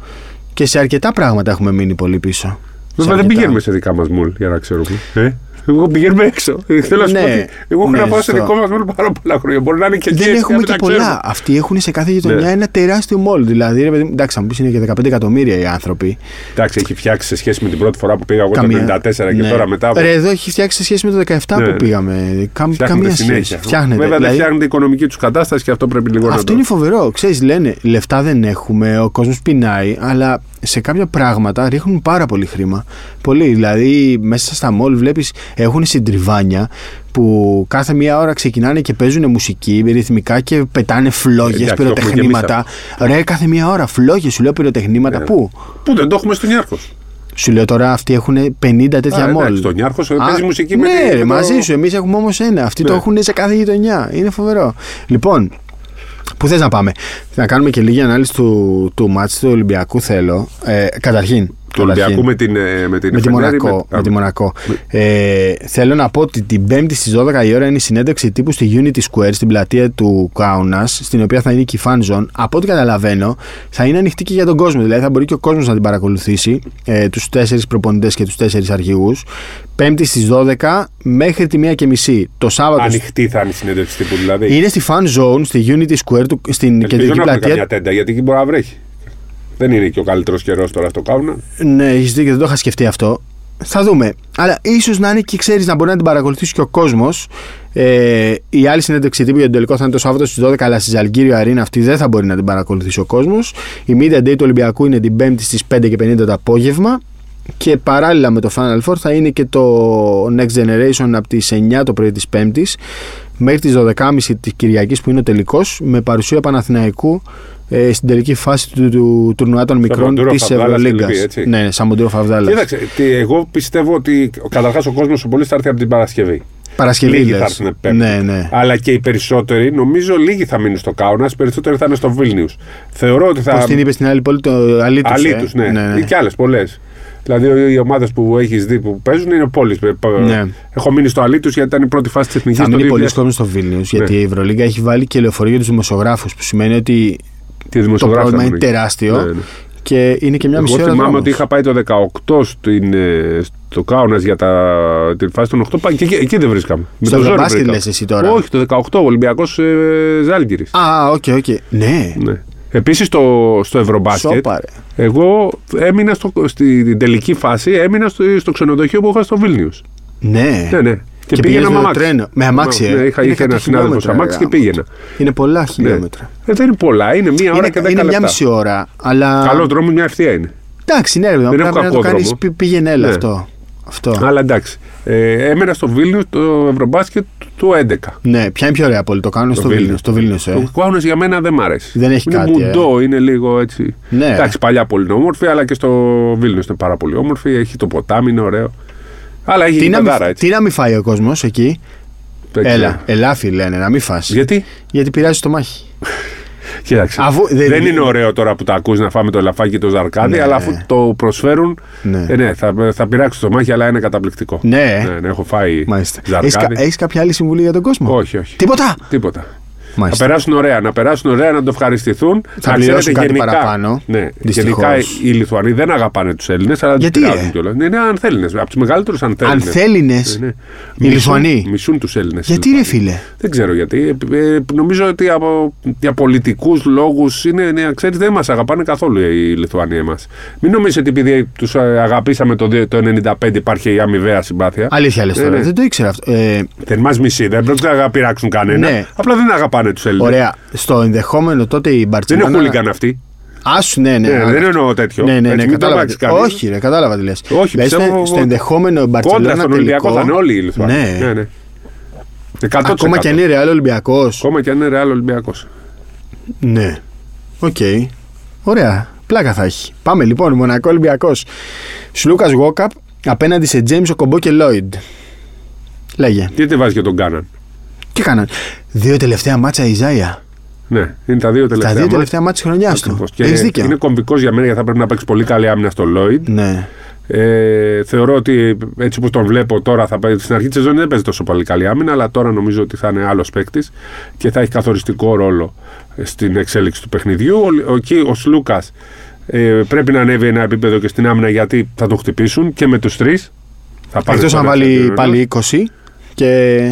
S1: Και σε αρκετά πράγματα έχουμε μείνει πολύ πίσω. Σε
S2: Βέβαια δεν
S1: αρκετά.
S2: πηγαίνουμε σε δικά μας μουλ για να ξέρουμε. Ε? Εγώ πηγαίνουμε έξω. Ε, Θέλω να σου πω
S1: Ναι,
S2: ότι εγώ έχω
S1: ναι,
S2: να πάω σε
S1: σωστό.
S2: δικό μας μουλ πάρα πολλά χρόνια. Μπορεί να είναι και εκεί.
S1: Δεν
S2: έτσι,
S1: έχουμε
S2: να
S1: και
S2: τα
S1: πολλά.
S2: ξέρουμε.
S1: Αυτοί έχουν σε κάθε γειτονιά
S2: Ναι.
S1: ένα τεράστιο μόλ. Δηλαδή, ρε παιδί μου, εντάξει, θα μου πεις είναι και 15 εκατομμύρια οι άνθρωποι.
S2: Εντάξει, έχει φτιάξει σε σχέση με την πρώτη φορά που πήγα εγώ το 94 και
S1: Ναι.
S2: τώρα μετά. από-
S1: Ρε, εδώ έχει φτιάξει σε σχέση με το 17
S2: Ναι,
S1: που
S2: ναι.
S1: πήγαμε. Καμ,
S2: Φτιάχνεται
S1: καμία
S2: συνέχεια.
S1: σχέση. Φτιάχνεται.
S2: Βέβαια δεν
S1: δηλαδή,
S2: φτιάχνεται η οικονομική τους κατάσταση και αυτό πρέπει λίγο να
S1: αυτό
S2: το.
S1: είναι φοβερό. Ξέρεις, λένε λεφτά δεν έχουμε, ο κόσμος πεινάει, αλλά σε κάποια πράγματα ρίχνουν πάρα πολύ χρήμα. Πολύ. Δηλαδή, μέσα στα μόλ βλέπεις έχουν συντριβάνια που κάθε μία ώρα ξεκινάνε και παίζουν μουσική ρυθμικά και πετάνε φλόγες,
S2: Εντάξει, το έχουμε και εμείς
S1: πυροτεχνήματα. Ρε, κάθε μία ώρα φλόγες, σου λέω πυροτεχνήματα.
S2: Ναι.
S1: Πού?
S2: Πού δεν το έχουμε στον Ιάρχο.
S1: Σου λέω τώρα αυτοί έχουν 50 τέτοια
S2: Α,
S1: μόλ.
S2: εντάξει, Στον Ιάρχο
S1: Ε, Α,
S2: παίζει ε, μουσική με
S1: ναι,
S2: τη- με
S1: ρε,
S2: το-
S1: μαζί σου. Εμείς έχουμε όμως ένα. Αυτοί το
S2: Ναι.
S1: έχουν σε κάθε γειτονιά. Είναι φοβερό. Λοιπόν, πού θες να πάμε. Να κάνουμε και λίγη ανάλυση του, του μάτς του Ολυμπιακού θέλω. Ε, καταρχήν.
S2: Του Ολυμπιακού με την. ε, Με την
S1: Με τη
S2: Φενέρη,
S1: Μονακό.
S2: με-
S1: Με τη
S2: Α,
S1: Μονακό. Ε, θέλω να πω ότι την Πέμπτη στις 12 η ώρα είναι η συνέντευξη τύπου στη Unity Square στην πλατεία του Κάουνα, στην οποία θα είναι και η Fan Zone. Από ό,τι καταλαβαίνω, θα είναι ανοιχτή και για τον κόσμο. Δηλαδή θα μπορεί και ο κόσμος να την παρακολουθήσει, ε, τους τέσσερις προπονητές και τους τέσσερις αρχηγούς. Πέμπτη στις 12 μέχρι τη 1.30. Το Σάββατο.
S2: Ανοιχτή θα είναι η συνέντευξη τύπου δηλαδή.
S1: Είναι στη Fan Zone, στη Unity Square, του, στην
S2: Ελπίζω
S1: κεντρική
S2: να έχουμε
S1: πλατεία
S2: καμιά τέντα, γιατί εκεί μπορεί να βρέχει. Δεν είναι και ο καλύτερος καιρός τώρα στο κάουνα.
S1: Ναι, έχεις δίκιο, δεν το είχα σκεφτεί αυτό. Θα δούμε. Αλλά ίσως να είναι και ξέρεις να μπορεί να την παρακολουθήσει και ο κόσμος. Ε, η άλλη συνέντευξη τύπου για τον τελικό θα είναι το Σάββατο στις 12, αλλά στη Ζαλγκύριο Αρίνα αυτή δεν θα μπορεί να την παρακολουθήσει ο κόσμος. Η Media Day του Ολυμπιακού είναι την 5η στι 5.50 το απόγευμα. Και παράλληλα με το Final Four θα είναι και το Next Generation από τις 9 το πρωί της 5ης μέχρι τις 12.30 της Κυριακής που είναι ο τελικός με παρουσία Παναθηναϊκού ε, στην τελική φάση του, του τουρνουά των μικρών
S2: Σαμοντούρο,
S1: της
S2: Φαβδάλας και
S1: Ευρωλίγκας.
S2: λοιποί, έτσι.
S1: Ναι, ναι, Σαμοντούρο Φαβδάλας.
S2: Κοίταξε, τι- εγώ πιστεύω ότι καταρχάς ο κόσμος ο πολύς θα έρθει από την Παρασκευή.
S1: Παρασκευή
S2: Λίγοι θα
S1: λες.
S2: έρθουν πέμπτη.
S1: Ναι, ναι.
S2: Αλλά και οι περισσότεροι, νομίζω λίγοι θα μείνουν στο Κάουνας, περισσότεροι θα είναι στο Βίλνιους. Θεωρώ ότι θα.
S1: Πώς την είπε στην άλλη πόλη, το αλήτους.
S2: Αλήτους,
S1: ε.
S2: ναι.
S1: ναι, ναι.
S2: Και άλλες πολλές. Δηλαδή, οι ομάδες που έχεις δει που παίζουν είναι πόλεις.
S1: Ναι.
S2: Έχω μείνει στο Αλήτους γιατί ήταν η πρώτη φάση της εθνικής
S1: Θα μείνει
S2: το Ναι.
S1: πολλοί κόσμο στο Βίλνιους, γιατί η Ευρωλίγκα έχει βάλει και λεωφορείο για τους δημοσιογράφους, που σημαίνει ότι
S2: Τη
S1: το
S2: δημοσιογράφη
S1: πρόβλημα
S2: θα
S1: είναι
S2: μείνει.
S1: τεράστιο
S2: Ναι, ναι.
S1: και είναι και μια
S2: Εγώ
S1: μισή ώρα.
S2: θυμάμαι
S1: δρόμος.
S2: ότι είχα πάει το 18 στην, ε, στο Κάουνας για τα, την φάση των 8. Πάει, και, εκεί- εκεί δεν βρίσκαμε. Με
S1: Στο
S2: το ζόρι
S1: μπάσκετ
S2: βρήκαμε.
S1: λες εσύ τώρα.
S2: Όχι, το 18 Ολυμπιακός ε, Ζάλγκυρης.
S1: Α, οκ, οκ. Ναι.
S2: Ναι. Επίσης στο, στο Ευρωμπάσκετ.
S1: Σόπα, ρε.
S2: Εγώ έμεινα στο, στην τελική φάση έμεινα στο, στο ξενοδοχείο που είχα στο Βίλνιους.
S1: Ναι.
S2: Ναι, ναι.
S1: Και πήγες με το τρένο. Με αμάξι, ε.
S2: Ναι, είχα,
S1: Είναι
S2: είχα ένα
S1: 100
S2: συνάδελφο
S1: χιλιόμετρα,
S2: αμάξι και
S1: γάμο.
S2: πήγαινα.
S1: Είναι πολλά
S2: Ναι.
S1: χιλιόμετρα.
S2: Ε, δεν είναι πολλά, είναι μία ώρα και
S1: Είναι, είναι
S2: δέκα
S1: μια
S2: λεπτά.
S1: μισή ώρα, αλλά.
S2: Καλό δρόμο, μια ευθεία είναι.
S1: Εντάξει, ναι, ρε, πρέπει
S2: έχω
S1: να το
S2: κακό
S1: κάνει
S2: δρόμο.
S1: πήγαινε έλα
S2: Ναι.
S1: αυτό. Αυτό.
S2: Αλλά εντάξει. Ε, έμενα στο Βίλνιους το Ευρωμπάσκετ του 11.
S1: Ναι, ποια είναι πιο ωραία πόλη, το κάνουν στο
S2: Βίλνιους.
S1: Βίλνιο. Στο Βίλνιο, ε.
S2: Ο Κουάουνα για μένα δεν μ' αρέσει.
S1: Δεν έχει
S2: είναι
S1: κάτι, ε.
S2: Μουντό, είναι λίγο έτσι.
S1: Ναι.
S2: Εντάξει, παλιά πολύ είναι όμορφη, αλλά και στο Βίλνιο είναι πάρα πολύ όμορφη. Έχει το ποτάμι, είναι ωραίο. Αλλά έχει
S1: Τι
S2: και
S1: να,
S2: πεντάρα,
S1: μην,
S2: έτσι. ναι.
S1: τι να μην φάει ο κόσμος εκεί.
S2: Δεν ξέρω.
S1: Έλα, ελάφι λένε, να μην φας.
S2: Γιατί,
S1: Γιατί πειράζει το μάχη.
S2: κοίταξε.
S1: Αφού-
S2: δεν,
S1: δεν-
S2: είναι ωραίο τώρα που τα ακούς να φάμε το ελαφάκι και το ζαρκάδι,
S1: Ναι.
S2: αλλά αφού το προσφέρουν.
S1: Ναι.
S2: ε, ναι, θα, θα πειράξει το μάχη, αλλά είναι καταπληκτικό.
S1: Ναι.
S2: ναι, έχω φάει
S1: Μάλιστα. Έχει
S2: ζαρκάδι.
S1: κάποια άλλη συμβουλή για τον κόσμο.
S2: Όχι, όχι.
S1: Τίποτα.
S2: Τίποτα. Να
S1: Μάλιστα.
S2: περάσουν ωραία, να περάσουν ωραία, να το ευχαριστηθούν.
S1: Θα
S2: να
S1: πληρώσουν κάτι παραπάνω,
S2: Ναι,
S1: δυστυχώς.
S2: γενικά οι Λιθουανοί δεν αγαπάνε τους Έλληνες, αλλά δεν
S1: Γιατί,
S2: του πειράζουν
S1: ε?
S2: κιόλας. Ναι, είναι ανθέληνε. Από τους μεγαλύτερους
S1: Αν
S2: ανθέληνε.
S1: θέλει,
S2: Ναι.
S1: οι Λιθουανοί.
S2: Μισούν τους Έλληνες.
S1: Γιατί ρε φίλε.
S2: Δεν ξέρω γιατί. Ε, ε, νομίζω ότι από, για πολιτικούς λόγους είναι. Ναι, ξέρεις, δεν μας αγαπάνε καθόλου οι Λιθουανοί μα. Μην νομίζετε ότι επειδή τους αγαπήσαμε το, δύο- το 95 υπάρχει η αμοιβαία συμπάθεια.
S1: Αλήθεια λες
S2: Ναι,
S1: τώρα.
S2: ναι.
S1: Δεν το ήξερα αυτό. Ε,
S2: Δεν μας μισεί, δεν πρόκειται να πειράξουν κανένα.
S1: Ναι.
S2: Απλά δεν αγαπάνε τους Έλληνες.
S1: Ωραία. Στο ενδεχόμενο τότε η
S2: Δεν είναι
S1: Μπαρτσελόνα.
S2: χούλιγκαν αυτοί.
S1: Άσου, ναι, ναι.
S2: Ναι,
S1: ναι,
S2: δεν εννοώ τέτοιο.
S1: ναι, ναι,
S2: Έτσι,
S1: ναι
S2: μην το
S1: κατάλαβα.
S2: αλλάξεις
S1: τι-
S2: κανείς.
S1: Όχι, ρε, κατάλαβα τι λες.
S2: Όχι,
S1: Λες,
S2: πιστεύω-
S1: ναι, στο ενδεχόμενο η Μπαρτσελόνα.
S2: Κόντρα στον Ολυμπιακό θα είναι όλοι οι Λιθουανοί.
S1: Ναι.
S2: ναι, ναι. 100%.
S1: Ακόμα και αν είναι ρεάλ Ολυμπιακός.
S2: Ακόμα και αν είναι Ρεάλ Ολυμπιακός.
S1: Ναι. Οκ. Ωραία. Πλάκα θα έχει. Πάμε λοιπόν, Μονακό Ολυμπιακός. Σλούκα Γόκαπ απέναντι σε Τζέιμ Οκομπό και Λόιντ. Λέγε.
S2: Γιατί δεν βάζει και τον Κάναν.
S1: Τι κάναν. Δύο τελευταία μάτσα η Ζάια.
S2: Ναι, είναι τα δύο
S1: Τα
S2: τελευταία.
S1: δύο
S2: μάτς.
S1: τελευταία μάτσα της χρονιάς του.
S2: Ακριβώς. Και
S1: Έχεις δίκιο.
S2: Είναι κομβικός για μένα γιατί θα πρέπει να παίξει πολύ καλή άμυνα στο Λόιντ.
S1: Ναι.
S2: Ε, θεωρώ ότι έτσι όπως τον βλέπω τώρα, θα παίζει, στην αρχή της σεζόν δεν παίζει τόσο πολύ καλή άμυνα, αλλά τώρα νομίζω ότι θα είναι άλλος παίκτης και θα έχει καθοριστικό ρόλο στην εξέλιξη του παιχνιδιού. Ο, ο, εκεί ο Σλούκα ε, πρέπει να ανέβει ένα επίπεδο και στην άμυνα γιατί θα τον χτυπήσουν και με τους τρεις. Θα πάρει
S1: Εκτό αν
S2: τώρα
S1: βάλει
S2: ένα-
S1: πάλι 20 και.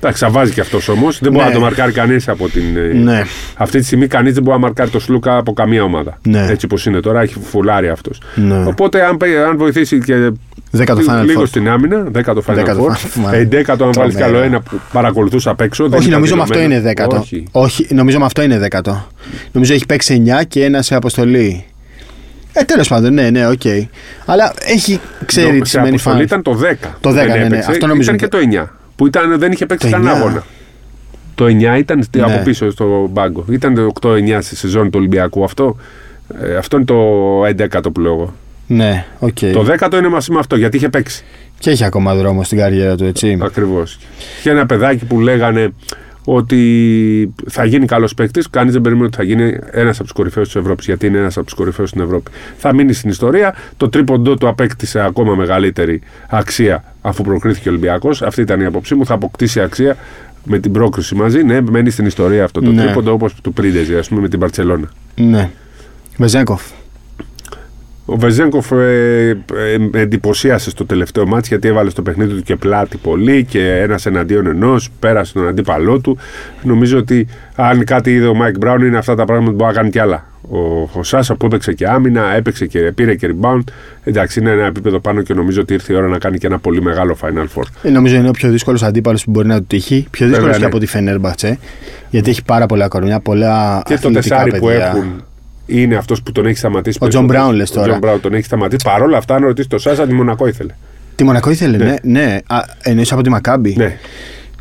S2: Εντάξει, θα βάζει και αυτός όμως. Δεν μπορεί
S1: Ναι.
S2: να το μαρκάρει κανείς από την. ε,
S1: Ναι.
S2: Αυτή τη στιγμή κανείς δεν μπορεί να μαρκάρει το Σλούκα από καμία ομάδα.
S1: Ναι.
S2: Έτσι όπως είναι τώρα, έχει φουλάρει αυτός.
S1: Ναι.
S2: Οπότε, αν, παί- αν βοηθήσει και
S1: Δέκατο
S2: λίγο-
S1: Final
S2: λίγο
S1: Four.
S2: στην άμυνα, δέκατο Final
S1: Δέκατο
S2: Four.
S1: Final Four, μάλιστα.
S2: Εντέκατο, αν βάλεις κι άλλο
S1: Τρομερά.
S2: ένα που παρακολουθούσα απ' έξω. δεν
S1: Όχι,
S2: ήταν
S1: νομίζω με αυτό είναι
S2: δηλωμένο.
S1: δέκατο.
S2: Όχι.
S1: Όχι, νομίζω με αυτό είναι δέκατο. Νομίζω έχει παίξει 9 και ένα σε αποστολή. Ε, τέλος πάντων, ναι, ναι, οκ. Αλλά έχει, ξέρει
S2: Νο-
S1: τι
S2: σε
S1: σημαίνει
S2: αποστολή
S1: φαν.
S2: Ήταν το 10.
S1: Το 10,
S2: που δεν
S1: ναι, ναι.
S2: έπαιξε.
S1: Αυτό νομίζω.
S2: Ήταν και το 9. Που ήταν, δεν είχε παίξει
S1: Το
S2: κανένα
S1: 9.
S2: αγώνα. Το 9 ήταν στη-
S1: Ναι.
S2: από πίσω στο μπάγκο. Ήταν το 8-9 στη σεζόν του Ολυμπιακού. Αυτό, ε, αυτό είναι το 11ο που λέω εγώ.
S1: Ναι, οκ.
S2: Το 10ο είναι μαζί με αυτό γιατί είχε παίξει.
S1: Και έχει ακόμα δρόμο στην καριέρα του, έτσι.
S2: Ακριβώς. Και ένα παιδάκι που λέγανε ότι θα γίνει καλός παίκτης. Κανείς δεν περίμενε ότι θα γίνει ένας από τους κορυφαίους της Ευρώπης. Γιατί είναι ένας από τους κορυφαίους στην Ευρώπη. Θα μείνει στην ιστορία. Το τρίποντό του απέκτησε ακόμα μεγαλύτερη αξία αφού προκρίθηκε ο Ολυμπιακός. Αυτή ήταν η απόψη μου. Θα αποκτήσει αξία με την πρόκριση μαζί. Ναι, μένει στην ιστορία αυτό το
S1: Ναι.
S2: τρίποντο όπως του Πρίντεζη, ας πούμε, με την Παρσελώνα.
S1: Ναι. Βεζέγκοφ.
S2: Ο Βεζέγκοφ ε, ε, με εντυπωσίασε στο τελευταίο μάτς γιατί έβαλε στο παιχνίδι του και πλάτη πολύ και ένας εναντίον ενός, πέρασε τον αντίπαλό του. Νομίζω ότι αν κάτι είδε ο Μάικ Μπράουν είναι αυτά τα πράγματα που μπορεί να κάνει κι άλλα. Ο, ο Σάσα που έπαιξε και άμυνα, έπαιξε και πήρε και rebound. Εντάξει, είναι ένα επίπεδο πάνω και νομίζω ότι ήρθε η ώρα να κάνει και ένα πολύ μεγάλο Final Four.
S1: Ε, Νομίζω είναι ο πιο δύσκολος αντίπαλος που μπορεί να του τύχει. Πιο δύσκολο
S2: Βέβαια,
S1: και
S2: ναι.
S1: από τη Φενέρμπαχτσε. Γιατί έχει πάρα πολλά κορμιά, πολλά
S2: Και το
S1: αθλητικά
S2: τεσάρι
S1: παιδιά.
S2: που έχουν είναι αυτός που τον έχει σταματήσει.
S1: Ο John
S2: περισσότερο.
S1: Brown, λες
S2: Ο
S1: τώρα.
S2: John Brown τον έχει σταματήσει. Παρ' όλα αυτά, αν ρωτήσεις το Σάσα, τη Μονακό ήθελε.
S1: Τη Μονακό ήθελε, ναι. ναι. Α, εννοείς από τη Μακάμπη.
S2: Ναι.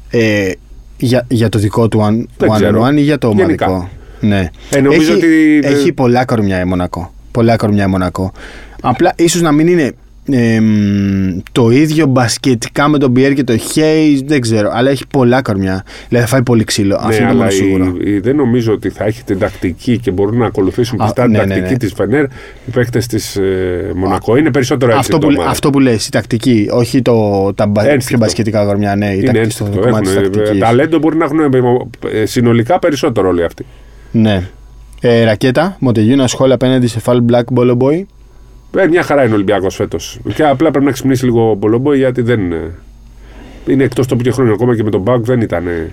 S1: Ε, για, για το δικό του one,
S2: Δεν
S1: one
S2: ξέρω.
S1: on one ή για το
S2: Γενικά.
S1: ομαδικό. Ναι.
S2: Ε, νομίζω
S1: έχει,
S2: ότι-
S1: έχει πολλά κορμιά η Μονακό. Πολλά κορμιά η Μονακό. Απλά ίσως να μην είναι εμ, το ίδιο μπασκετικά με τον Πιέρ και τον Χέις, δεν ξέρω. Αλλά έχει πολλά κορμιά. Δηλαδή θα φάει πολύ ξύλο. Αυτό είναι το μόνο
S2: Ναι, η-
S1: σίγουρο.
S2: η- δεν νομίζω ότι θα έχει την τακτική και μπορούν να ακολουθήσουν
S1: Α,
S2: πιστά
S1: ναι,
S2: την
S1: ναι,
S2: τακτική
S1: ναι.
S2: της Φενέρ οι παίκτες της ε, Μονακό. Είναι περισσότερο έτσι
S1: Αυτό
S2: το
S1: που, λέ-
S2: ομάδα.
S1: αυτό που λες, η τακτική, όχι το, τα μπα-
S2: Ένστικτο.
S1: πιο μπασκετικά κορμιά, ναι, η
S2: είναι
S1: τακτική, στο
S2: ένστικτο.
S1: κομμάτι της
S2: Έχουν, ε,
S1: τακτικής.
S2: ταλέντο μπορεί να έχουν ε, ε, συνολικά περισσότερο όλοι αυτοί.
S1: Ναι. Ε, ρακέτα, Μοντεγιούνα σχόλια απέναντι σε Fall Black Bolo Boy.
S2: Ε, μια χαρά είναι ο Ολυμπιακός φέτος. Και απλά πρέπει να ξυπνήσει λίγο ο Μπολομπόη γιατί δεν. ε, Είναι εκτός τοπικού χρόνου ακόμα και με τον Μπάουκ δεν ήταν. ε,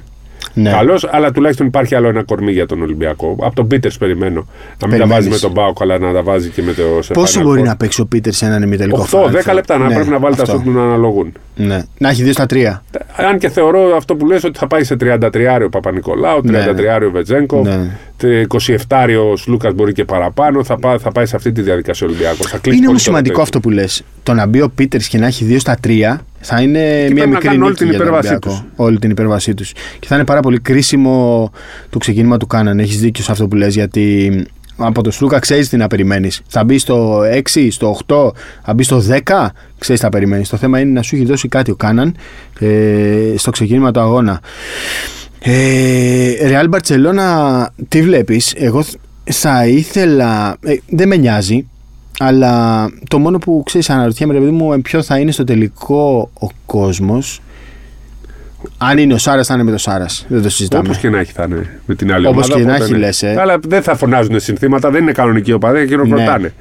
S1: Ναι.
S2: Καλός, αλλά τουλάχιστον υπάρχει άλλο ένα κορμί για τον Ολυμπιακό. Από τον Πίτερ περιμένω. Να μην τα
S1: Περιμένεις.
S2: βάζει με τον Μπάουκ, αλλά να τα βάζει και με το σε
S1: Πόσο
S2: Final
S1: μπορεί
S2: Four.
S1: να παίξει ο Πίτερ σε έναν ημιτελικό
S2: 8-10
S1: Final Four?
S2: λεπτά να
S1: Ναι,
S2: πρέπει να βάλει τα
S1: αυτό.
S2: σουτ του να αναλογούν.
S1: Ναι. Να έχει 2 στα 3.
S2: Αν και θεωρώ αυτό που λες ότι θα πάει σε 33 ο Παπα-Νικολάου, 33
S1: Ναι,
S2: ο Βετζέγκοφ,
S1: Ναι.
S2: 27 ο Σλούκας μπορεί και παραπάνω. Θα, πά, θα πάει σε αυτή τη διαδικασία ο Ολυμπιακός. Θα κλείσει
S1: Είναι όμως
S2: πολύ το
S1: σημαντικό
S2: rotation.
S1: αυτό που λες. Το να μπει ο Πίτερ και να έχει 2 στα 3 θα είναι μια
S2: πρέπει να
S1: μικρή
S2: κάνουν
S1: νίκη
S2: όλη την
S1: για τον
S2: υπέρβασή
S1: Ολυμπιακό. Όλη την υπέρβασή τους. Και θα είναι πάρα πολύ κρίσιμο το ξεκίνημα του Κάναν. Έχεις δίκιο σε αυτό που λες, γιατί από τον Σλούκα ξέρεις τι να περιμένεις. Θα μπει στο 6, στο 8, θα μπει στο 10, ξέρεις τι να περιμένεις. Το θέμα είναι να σου έχει δώσει κάτι ο Κάναν ε, στο ξεκίνημα του αγώνα. Ε, Real Barcelona, τι βλέπεις, εγώ θ- θα ήθελα, ε, δεν με νοιάζει, αλλά το μόνο που ξέρεις αναρωτιέμαι ρε παιδί μου, ε, ποιο θα είναι στο τελικό ο κόσμος, αν είναι ο Σάρας θα είναι με τον Σάρας, δεν το συζητάμε.
S2: Όπως και να έχει θα είναι με την άλλη
S1: Όπως
S2: ομάδα.
S1: και να
S2: οπότε
S1: έχει,
S2: ναι.
S1: λες, ε. Ναι.
S2: Αλλά δεν θα φωνάζουν συνθήματα, δεν είναι κανονική οπαδία και χειροκροτάνε.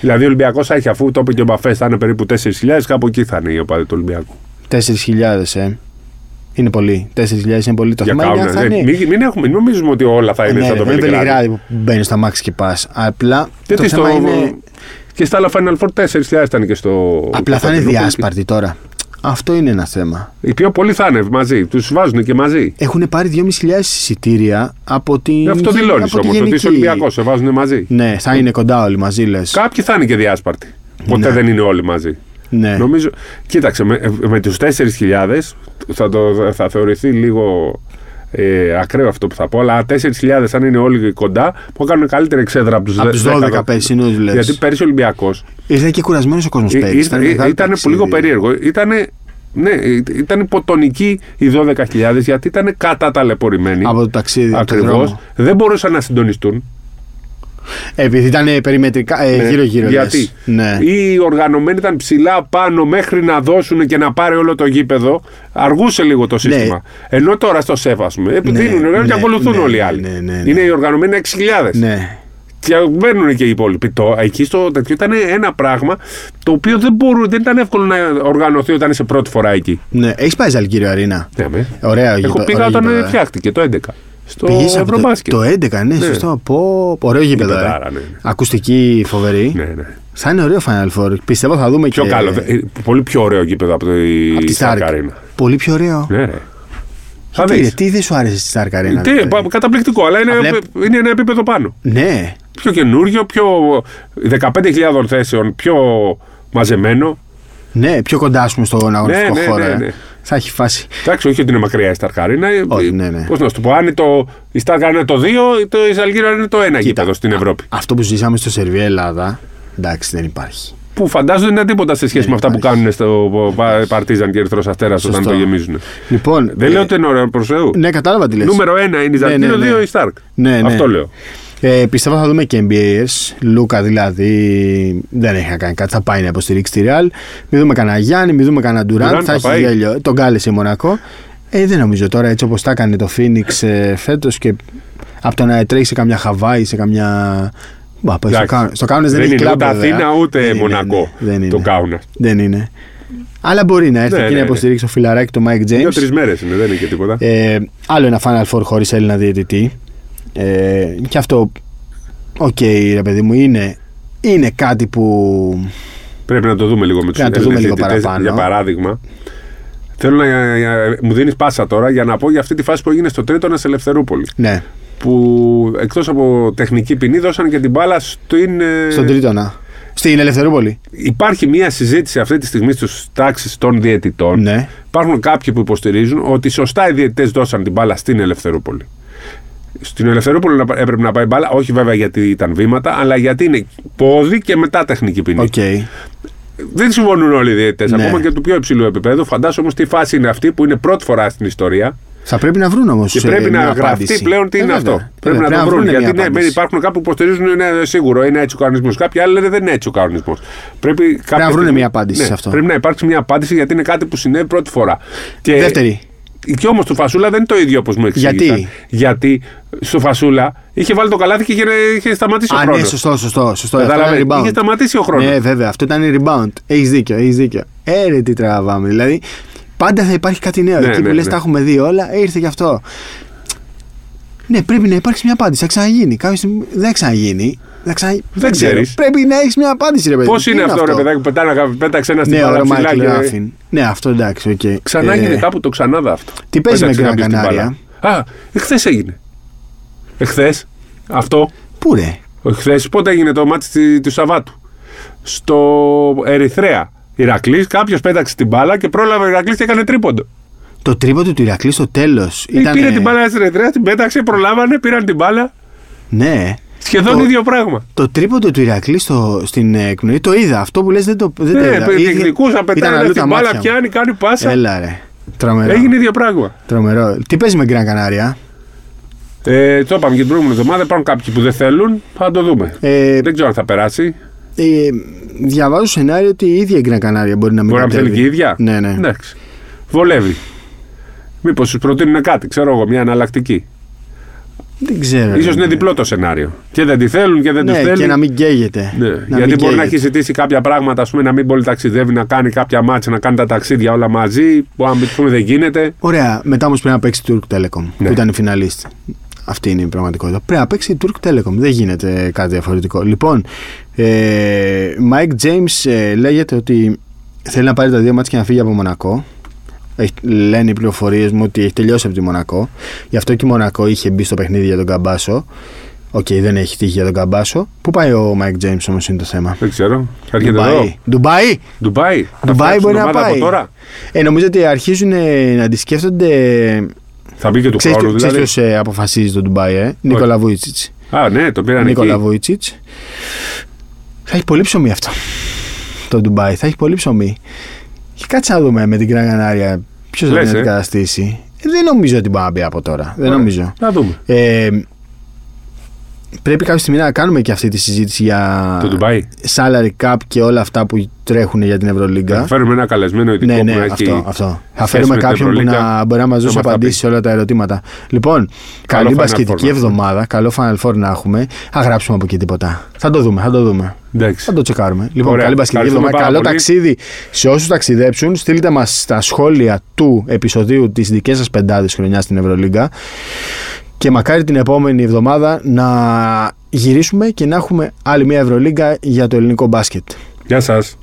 S2: Δηλαδή ο Ολυμπιακός θα έχει, αφού το είπε και ο Μπαφέ, θα είναι περίπου 4.000, κάπου εκεί θα είναι η οπαδία του Ολυμπιακού.
S1: 4.000 ε. Είναι πολύ. 4.000 είναι πολύ. Το
S2: Για
S1: θέμα είναι αν
S2: κάουνα.
S1: θα
S2: ναι.
S1: είναι.
S2: Μην, μην, έχουμε, μην νομίζουμε ότι όλα θα είναι
S1: ναι,
S2: σαν
S1: ρε,
S2: το
S1: δεν είναι
S2: Βελιγράδι.
S1: Βελιγράδι που μπαίνεις στα μάξι και πας. Απλά
S2: Και
S1: το
S2: τις
S1: θέμα
S2: στο-
S1: είναι.
S2: Και στα άλλα Final Four 4.000 ήταν και στο.
S1: Απλά θα είναι
S2: Κωνσταντινούπολη.
S1: διάσπαρτη τώρα. Αυτό είναι ένα θέμα.
S2: Οι πιο πολλοί θα είναι μαζί. Τους βάζουν και μαζί.
S1: Έχουν πάρει 2.500 εισιτήρια από την.
S2: Ε, Αυτό δηλώνεις
S1: από τη
S2: όμως. Ότι
S1: γενική.
S2: είσαι Ολυμπιακός, σε βάζουν μαζί.
S1: Ναι, θα είναι κοντά όλοι μαζί, λες.
S2: Κάποιοι θα είναι και διάσπαρτοι. Ποτέ
S1: Ναι.
S2: δεν είναι όλοι μαζί.
S1: Ναι.
S2: Νομίζω. Κοίταξε, με, με τους 4.000 θα, το, θα θεωρηθεί λίγο Ε, ακραίο αυτό που θα πω, αλλά 4.000 αν είναι όλοι κοντά, που κάνουν καλύτερη εξέδρα από τους
S1: Από τους 12 πέρσι, είναι δουλειέ.
S2: Γιατί πέρυσι ο Ολυμπιακός
S1: Ήρθε και κουρασμένος ο
S2: Ε,
S1: κόσμο πέρυσι.
S2: ήταν πολύ λίγο περίεργο. Ήτανε, ναι, ήταν υποτονική οι 12.000 γιατί ήταν κατά ταλαιπωρημένοι.
S1: Από το ταξίδι. από το
S2: Ακριβώς.
S1: δρόμο. Ε,
S2: Δεν μπορούσαν να συντονιστούν.
S1: Επειδή ήταν περιμετρικά. ε,
S2: Ναι.
S1: γύρω-γύρω. λες.
S2: Γιατί Ε,
S1: Ναι.
S2: οι οργανωμένοι ήταν ψηλά πάνω μέχρι να δώσουν και να πάρει όλο το γήπεδο. Αργούσε λίγο το σύστημα. Ενώ τώρα στο ΣΕΒ, ας πούμε,
S1: Ναι,
S2: δίνουν ναι, και
S1: ναι,
S2: ακολουθούν
S1: ναι,
S2: όλοι οι άλλοι.
S1: ναι, ναι, ναι.
S2: Είναι οι οργανωμένοι 6.000.
S1: Ναι.
S2: Και μπαίνουν και οι υπόλοιποι. Το, εκεί στο τέτοιο ήταν ένα πράγμα το οποίο δεν, μπορούν, δεν ήταν εύκολο να οργανωθεί όταν είσαι πρώτη φορά εκεί.
S1: ναι. Έχεις πάει Ζαλγκύριο Αρίνα.
S2: Ναι, με.
S1: Ωραία
S2: Εγώ
S1: γήπεδο-
S2: πήγα
S1: ωραίο
S2: όταν
S1: γήπεδο, ε.
S2: φτιάχτηκε το 11. Στο
S1: Πήγες από το,
S2: Ευρωμπάσκετ.
S1: το 11, ναι, σωστό. Πω, πω, ωραίο γήπεδο. ε.
S2: Γήπεδάρα, ναι, ναι.
S1: Ακουστική φοβερή.
S2: Ναι, ναι.
S1: Θα είναι ωραίο Final Four. Πιστεύω θα δούμε
S2: Πιο
S1: και.
S2: καλό.
S1: από
S2: ε, Πολύ πιο ωραίο γήπεδο από το
S1: τη Stark.
S2: Σαρκαρίνα.
S1: Πολύ πιο ωραίο.
S2: Ναι, ρε. Θα
S1: τι,
S2: δεις.
S1: τι δεν σου άρεσε στη Stark Arena.
S2: Τι,
S1: δηλαδή.
S2: πα- καταπληκτικό, αλλά είναι,
S1: Απλά-
S2: είναι ένα επίπεδο πάνω.
S1: Ναι.
S2: Πιο καινούριο, πιο 15.000 θέσεων, πιο μαζεμένο.
S1: Ναι, πιο κοντά ας πούμε, στον αγωνιστικό
S2: ναι,
S1: χώρο.
S2: ναι,
S1: ε.
S2: ναι.
S1: Θα έχει φάση.
S2: Εντάξει, όχι ότι είναι μακριά η Σταρκαρίνα.
S1: Όχι, ναι, ναι.
S2: Πώς να σου το πω, αν είναι το, η Σταρκαρίνα το 2, το, η Ζαλγίρα είναι το 1 γήπεδο στην Ευρώπη.
S1: Αυτό που ζήσαμε στο Σερβία Ελλάδα, εντάξει, δεν υπάρχει.
S2: Που φαντάζομαι δεν είναι τίποτα σε σχέση
S1: Ναι,
S2: με αυτά που
S1: υπάρχει.
S2: κάνουν στο Πα- Παρτίζαν και Ερυθρό Αστέρα όταν
S1: Σωστό.
S2: το γεμίζουν.
S1: Λοιπόν,
S2: Δεν
S1: ε,
S2: λέω ότι είναι ωραίο προ Θεού.
S1: Ναι, κατάλαβα τι λες.
S2: Νούμερο 1 είναι η Ζαλγίρα,
S1: ναι, ναι.
S2: 2 η Σταρκ.
S1: Ναι, ναι.
S2: Αυτό λέω.
S1: Ε, πιστεύω θα δούμε και NBAers. Λούκα δηλαδή δεν έχει να κάνει κάτι. Θα πάει να υποστηρίξει τη Real. Μην δούμε κανένα Γιάννη, μην δούμε κανένα Ντουράντ.
S2: Durant
S1: Θα
S2: θα
S1: έχει
S2: πάει.
S1: γέλιο. Τον κάλεσε η Μονακό. Ε, δεν νομίζω τώρα έτσι όπως τα έκανε το Phoenix ε, φέτος και από το να τρέχει σε καμιά Χαβάη, σε καμιά. Μπα, πάει στο,
S2: Εντάξει.
S1: Κάου- στο Κάουνας δεν,
S2: Δεν
S1: έχει
S2: είναι
S1: κλαμπ,
S2: ούτε
S1: βέβαια.
S2: Αθήνα ούτε
S1: Δεν είναι,
S2: Μονακό
S1: ναι. Δεν είναι.
S2: το Κάουνα.
S1: Δεν είναι. Αλλά μπορεί να έρθει
S2: Ναι,
S1: και
S2: ναι,
S1: να
S2: ναι.
S1: υποστηρίξει το φιλαράκι του Mike James.
S2: Δύο-τρει μέρες είναι, δεν είναι και τίποτα.
S1: Ε, άλλο ένα Final Four χωρίς Έλληνα διαιτητή. Ε, και αυτό, οκ, ρε παιδί μου, είναι, είναι κάτι που.
S2: Πρέπει να το δούμε λίγο με τους
S1: Πρέπει να το δούμε λίγο παραπάνω.
S2: Για παράδειγμα, θέλω να. Μου δίνεις πάσα τώρα για να πω για αυτή τη φάση που έγινε στο τρίτο ένα Ελευθερούπολη.
S1: Ναι,
S2: Που εκτός από τεχνική ποινή δώσαν και την μπάλα στην. ε,
S1: στον τρίτονα. Στην Ελευθερούπολη.
S2: Υπάρχει μια συζήτηση αυτή τη στιγμή στους τάξεις των διαιτητών.
S1: Ναι.
S2: Υπάρχουν κάποιοι που υποστηρίζουν ότι σωστά οι διαιτητές δώσαν την μπάλα στην Ελευθερούπολη. Στην Ελευθερούπολη να- έπρεπε να πάει μπάλα, όχι βέβαια γιατί ήταν βήματα, αλλά γιατί είναι πόδι και μετά τεχνική ποινή.
S1: Οκ.
S2: Δεν συμφωνούν όλοι οι διαιτητές,
S1: Ναι.
S2: ακόμα και του πιο υψηλού επίπεδου. Φαντάζομαι όμως τι φάση είναι αυτή που είναι πρώτη φορά στην ιστορία.
S1: Θα πρέπει να βρουν ε, όμως.
S2: Και πρέπει να γραφτεί πλέον
S1: Ε,
S2: τι είναι αυτό. πρέπει να το βρουν. Γιατί ναι, μεν υπάρχουν κάποιοι που υποστηρίζουν είναι ε, σίγουρο, είναι έτσι ο κανονισμός. Κάποιοι άλλοι λένε δεν είναι έτσι ο κανονισμός. Πρέπει, κάποια
S1: να βρούνε
S2: στιγμή-
S1: μια απάντηση
S2: ναι,
S1: σε αυτό.
S2: Πρέπει να υπάρξει μια απάντηση γιατί είναι κάτι που συνέβη πρώτη φορά. Και
S1: Δεύτερη.
S2: Και όμω του Φασούλα δεν είναι το ίδιο όπως μου εξήγησαν.
S1: Γιατί?
S2: Γιατί στο Φασούλα είχε βάλει το καλάθι και είχε, είχε σταματήσει ο
S1: Α,
S2: χρόνο.
S1: ναι, σωστό, σωστό. σωστό. Αυτό
S2: Κατάλαβες,
S1: ήταν rebound.
S2: Ε, είχε σταματήσει ο χρόνος.
S1: Ναι, βέβαια, αυτό ήταν rebound. Έχεις δίκιο, έχεις δίκιο. Έρε τι τραβάμε. Δηλαδή, πάντα θα υπάρχει κάτι νέο.
S2: Ναι,
S1: Εκεί
S2: ναι,
S1: που λες,
S2: ναι.
S1: τα έχουμε δει όλα, ε, ήρθε και αυτό. Ναι, πρέπει να υπάρξει μια απάντηση. Θα ξαναγίνει. Κάποια στιγμή δεν θα ξαναγίνει. Θα ξανα... Δεν
S2: ξέρεις.
S1: Πρέπει να έχεις μια απάντηση, ρε παιδί.
S2: Πώς
S1: Τι
S2: είναι αυτό, ρε παιδάκι που πετάνε- πέταξε ένα στην
S1: Ναι, ο
S2: παραψηλά
S1: Μάικλ
S2: και-
S1: Ράφιν. Ναι, αυτό εντάξει, οκ.
S2: Ξανά
S1: Ε,
S2: έγινε κάπου το ξανά δα αυτό.
S1: τι παίζει
S2: Πέταξε
S1: με Gran
S2: κάποιος την
S1: Canaria?
S2: μπάλα. Α, εχθές έγινε. Εχθές. Αυτό.
S1: Πού ρε.
S2: Εχθές πότε έγινε το μάτι του Σαββάτου. Στο Ερυθρέα. Ηρακλής, κάποιος πέταξε την μπάλα και πρόλαβε ο Ηρακλής και έκανε τρίποντο.
S1: Το τρίποντο του Ηρακλής στο τέλος.
S2: Ε, Πήρε την μπάλα στην Ερυθρέας, την πέταξε, προλάβανε, πήραν την μπάλα.
S1: Ναι.
S2: Σχεδόν
S1: Το-
S2: ίδιο πράγμα.
S1: Το τρίποντο του Ηρακλή στο, στην ε, εκπνοή το είδα. Αυτό που λες δεν το, δεν το
S2: Ναι,
S1: είδα. Ήδη-
S2: τεχνικού
S1: Ε, ήταν
S2: απαιτάνε
S1: αλλού
S2: την
S1: τα μάτια
S2: μπάλα,
S1: μου.
S2: πιάνει, κάνει πάσα.
S1: Έλα ρε. Τρομερό.
S2: Έγινε ίδιο πράγμα.
S1: Τρομερό. Τι παίζει με Γκραν Κανάρια.
S2: Ε, το είπαμε και την προηγούμενη εβδομάδα. Υπάρχουν κάποιοι που δεν θέλουν. Θα το δούμε.
S1: Ε,
S2: Δεν ξέρω αν θα περάσει.
S1: ε, διαβάζω σενάριο ότι η ίδια η Γκραν Κανάρια μπορεί να μην
S2: Μπορεί να μην θέλει
S1: κατέβει.
S2: και η ίδια.
S1: Ναι, ναι.
S2: Εντάξει. Βολεύει. Μήπως του προτείνουν κάτι, ξέρω εγώ, μια εναλλακτική.
S1: Δεν ξέρω.
S2: σω είναι διπλό το σενάριο. Και δεν τη θέλουν και δεν
S1: ναι,
S2: του θέλουν.
S1: και να μην καίγεται.
S2: Ναι.
S1: Να μην
S2: Γιατί μπορεί να
S1: καίγεται.
S2: έχει ζητήσει κάποια πράγματα, ας πούμε, να μην μπορεί να ταξιδεύει, να κάνει κάποια μάτια, να κάνει τα ταξίδια όλα μαζί. Που αν πούμε δεν γίνεται.
S1: Ωραία. Μετά όμως πρέπει να παίξει Turk Telecom
S2: Ναι.
S1: που ήταν η φιναλίστ. Αυτή είναι η πραγματικότητα. Πρέπει να παίξει Turk Telecom. Δεν γίνεται κάτι διαφορετικό. Λοιπόν, ε, Mike James ε, λέγεται ότι θέλει να πάρει τα δύο μάτια και να φύγει από Μονακό. Έχει, λένε οι πληροφορίες μου ότι έχει τελειώσει από τη Μονακό. Γι' αυτό και η Μονακό είχε μπει στο παιχνίδι για τον Καμπάσο. Οκ, δεν έχει τύχει για τον Καμπάσο. Πού πάει ο Mike James όμως είναι το θέμα.
S2: Δεν ξέρω. Θα έρχεται εδώ.
S1: Ντουμπάι. Ντουμπάι!
S2: Ντουμπάι. Θα
S1: Ντουμπάι
S2: φτιάξουν
S1: μπορεί να
S2: ομάδα
S1: πάει.
S2: Από τώρα.
S1: Ε, νομίζω ότι αρχίζουν ε, να τη σκέφτονται
S2: Θα μπει και του
S1: Ξέρεις
S2: χρόνου
S1: ποιο-
S2: δηλαδή.
S1: ξέρεις ποιος, ε, αποφασίζει το Ντουμπάι, ε? Νίκολα Βουίτσιτς.
S2: Α, ναι, το πήραν εκεί.
S1: Νίκολα Βουίτσιτς. Θα έχει πολύ ψωμί αυτό. Το Ντουμπάι θα έχει πολύ ψωμί. Και κάτσε να δούμε με την Κραγανάρια ποιος θα
S2: Λες,
S1: την
S2: ε?
S1: αντικαταστήσει. Ε, δεν νομίζω ότι μπορεί να μπει από τώρα. Δεν
S2: Ωραία.
S1: νομίζω.
S2: Να δούμε.
S1: Ε, πρέπει κάποια στιγμή να κάνουμε και αυτή τη συζήτηση για
S2: Το Ντουμπάι.
S1: salary cap και όλα αυτά που τρέχουν για την
S2: Θα
S1: Ευρωλίγκα.
S2: φέρουμε ένα καλεσμένο ειδικό
S1: Ναι,
S2: που
S1: ναι,
S2: να έχει.
S1: αυτό. αυτό. Θα
S2: σχέση
S1: φέρουμε
S2: με την
S1: κάποιον που να
S2: Ευρωλίγκα,
S1: μπορεί να μας δώσει
S2: μας τα
S1: απαντήσεις σε όλα τα ερωτήματα. Λοιπόν, καλή
S2: Final
S1: μπασκετική
S2: Four ναι. να
S1: εβδομάδα. Καλό Final Four να έχουμε. Θα γράψουμε από εκεί τίποτα. Θα το δούμε, θα το δούμε.
S2: Εντάξει.
S1: Θα το τσεκάρουμε. Λοιπόν,
S2: Ωραία.
S1: καλή μπασκετική
S2: Ευχαριστούμε
S1: εβδομάδα.
S2: πάρα
S1: Καλό
S2: πολύ.
S1: ταξίδι σε όσους ταξιδέψουν. Στείλτε μας τα σχόλια του επεισοδίου τη δική σα πεντάδη χρονιάς στην Ευρωλίγκα. Και μακάρι την επόμενη εβδομάδα να γυρίσουμε και να έχουμε άλλη μια Ευρωλίγκα για το ελληνικό μπάσκετ.
S2: Γεια σας.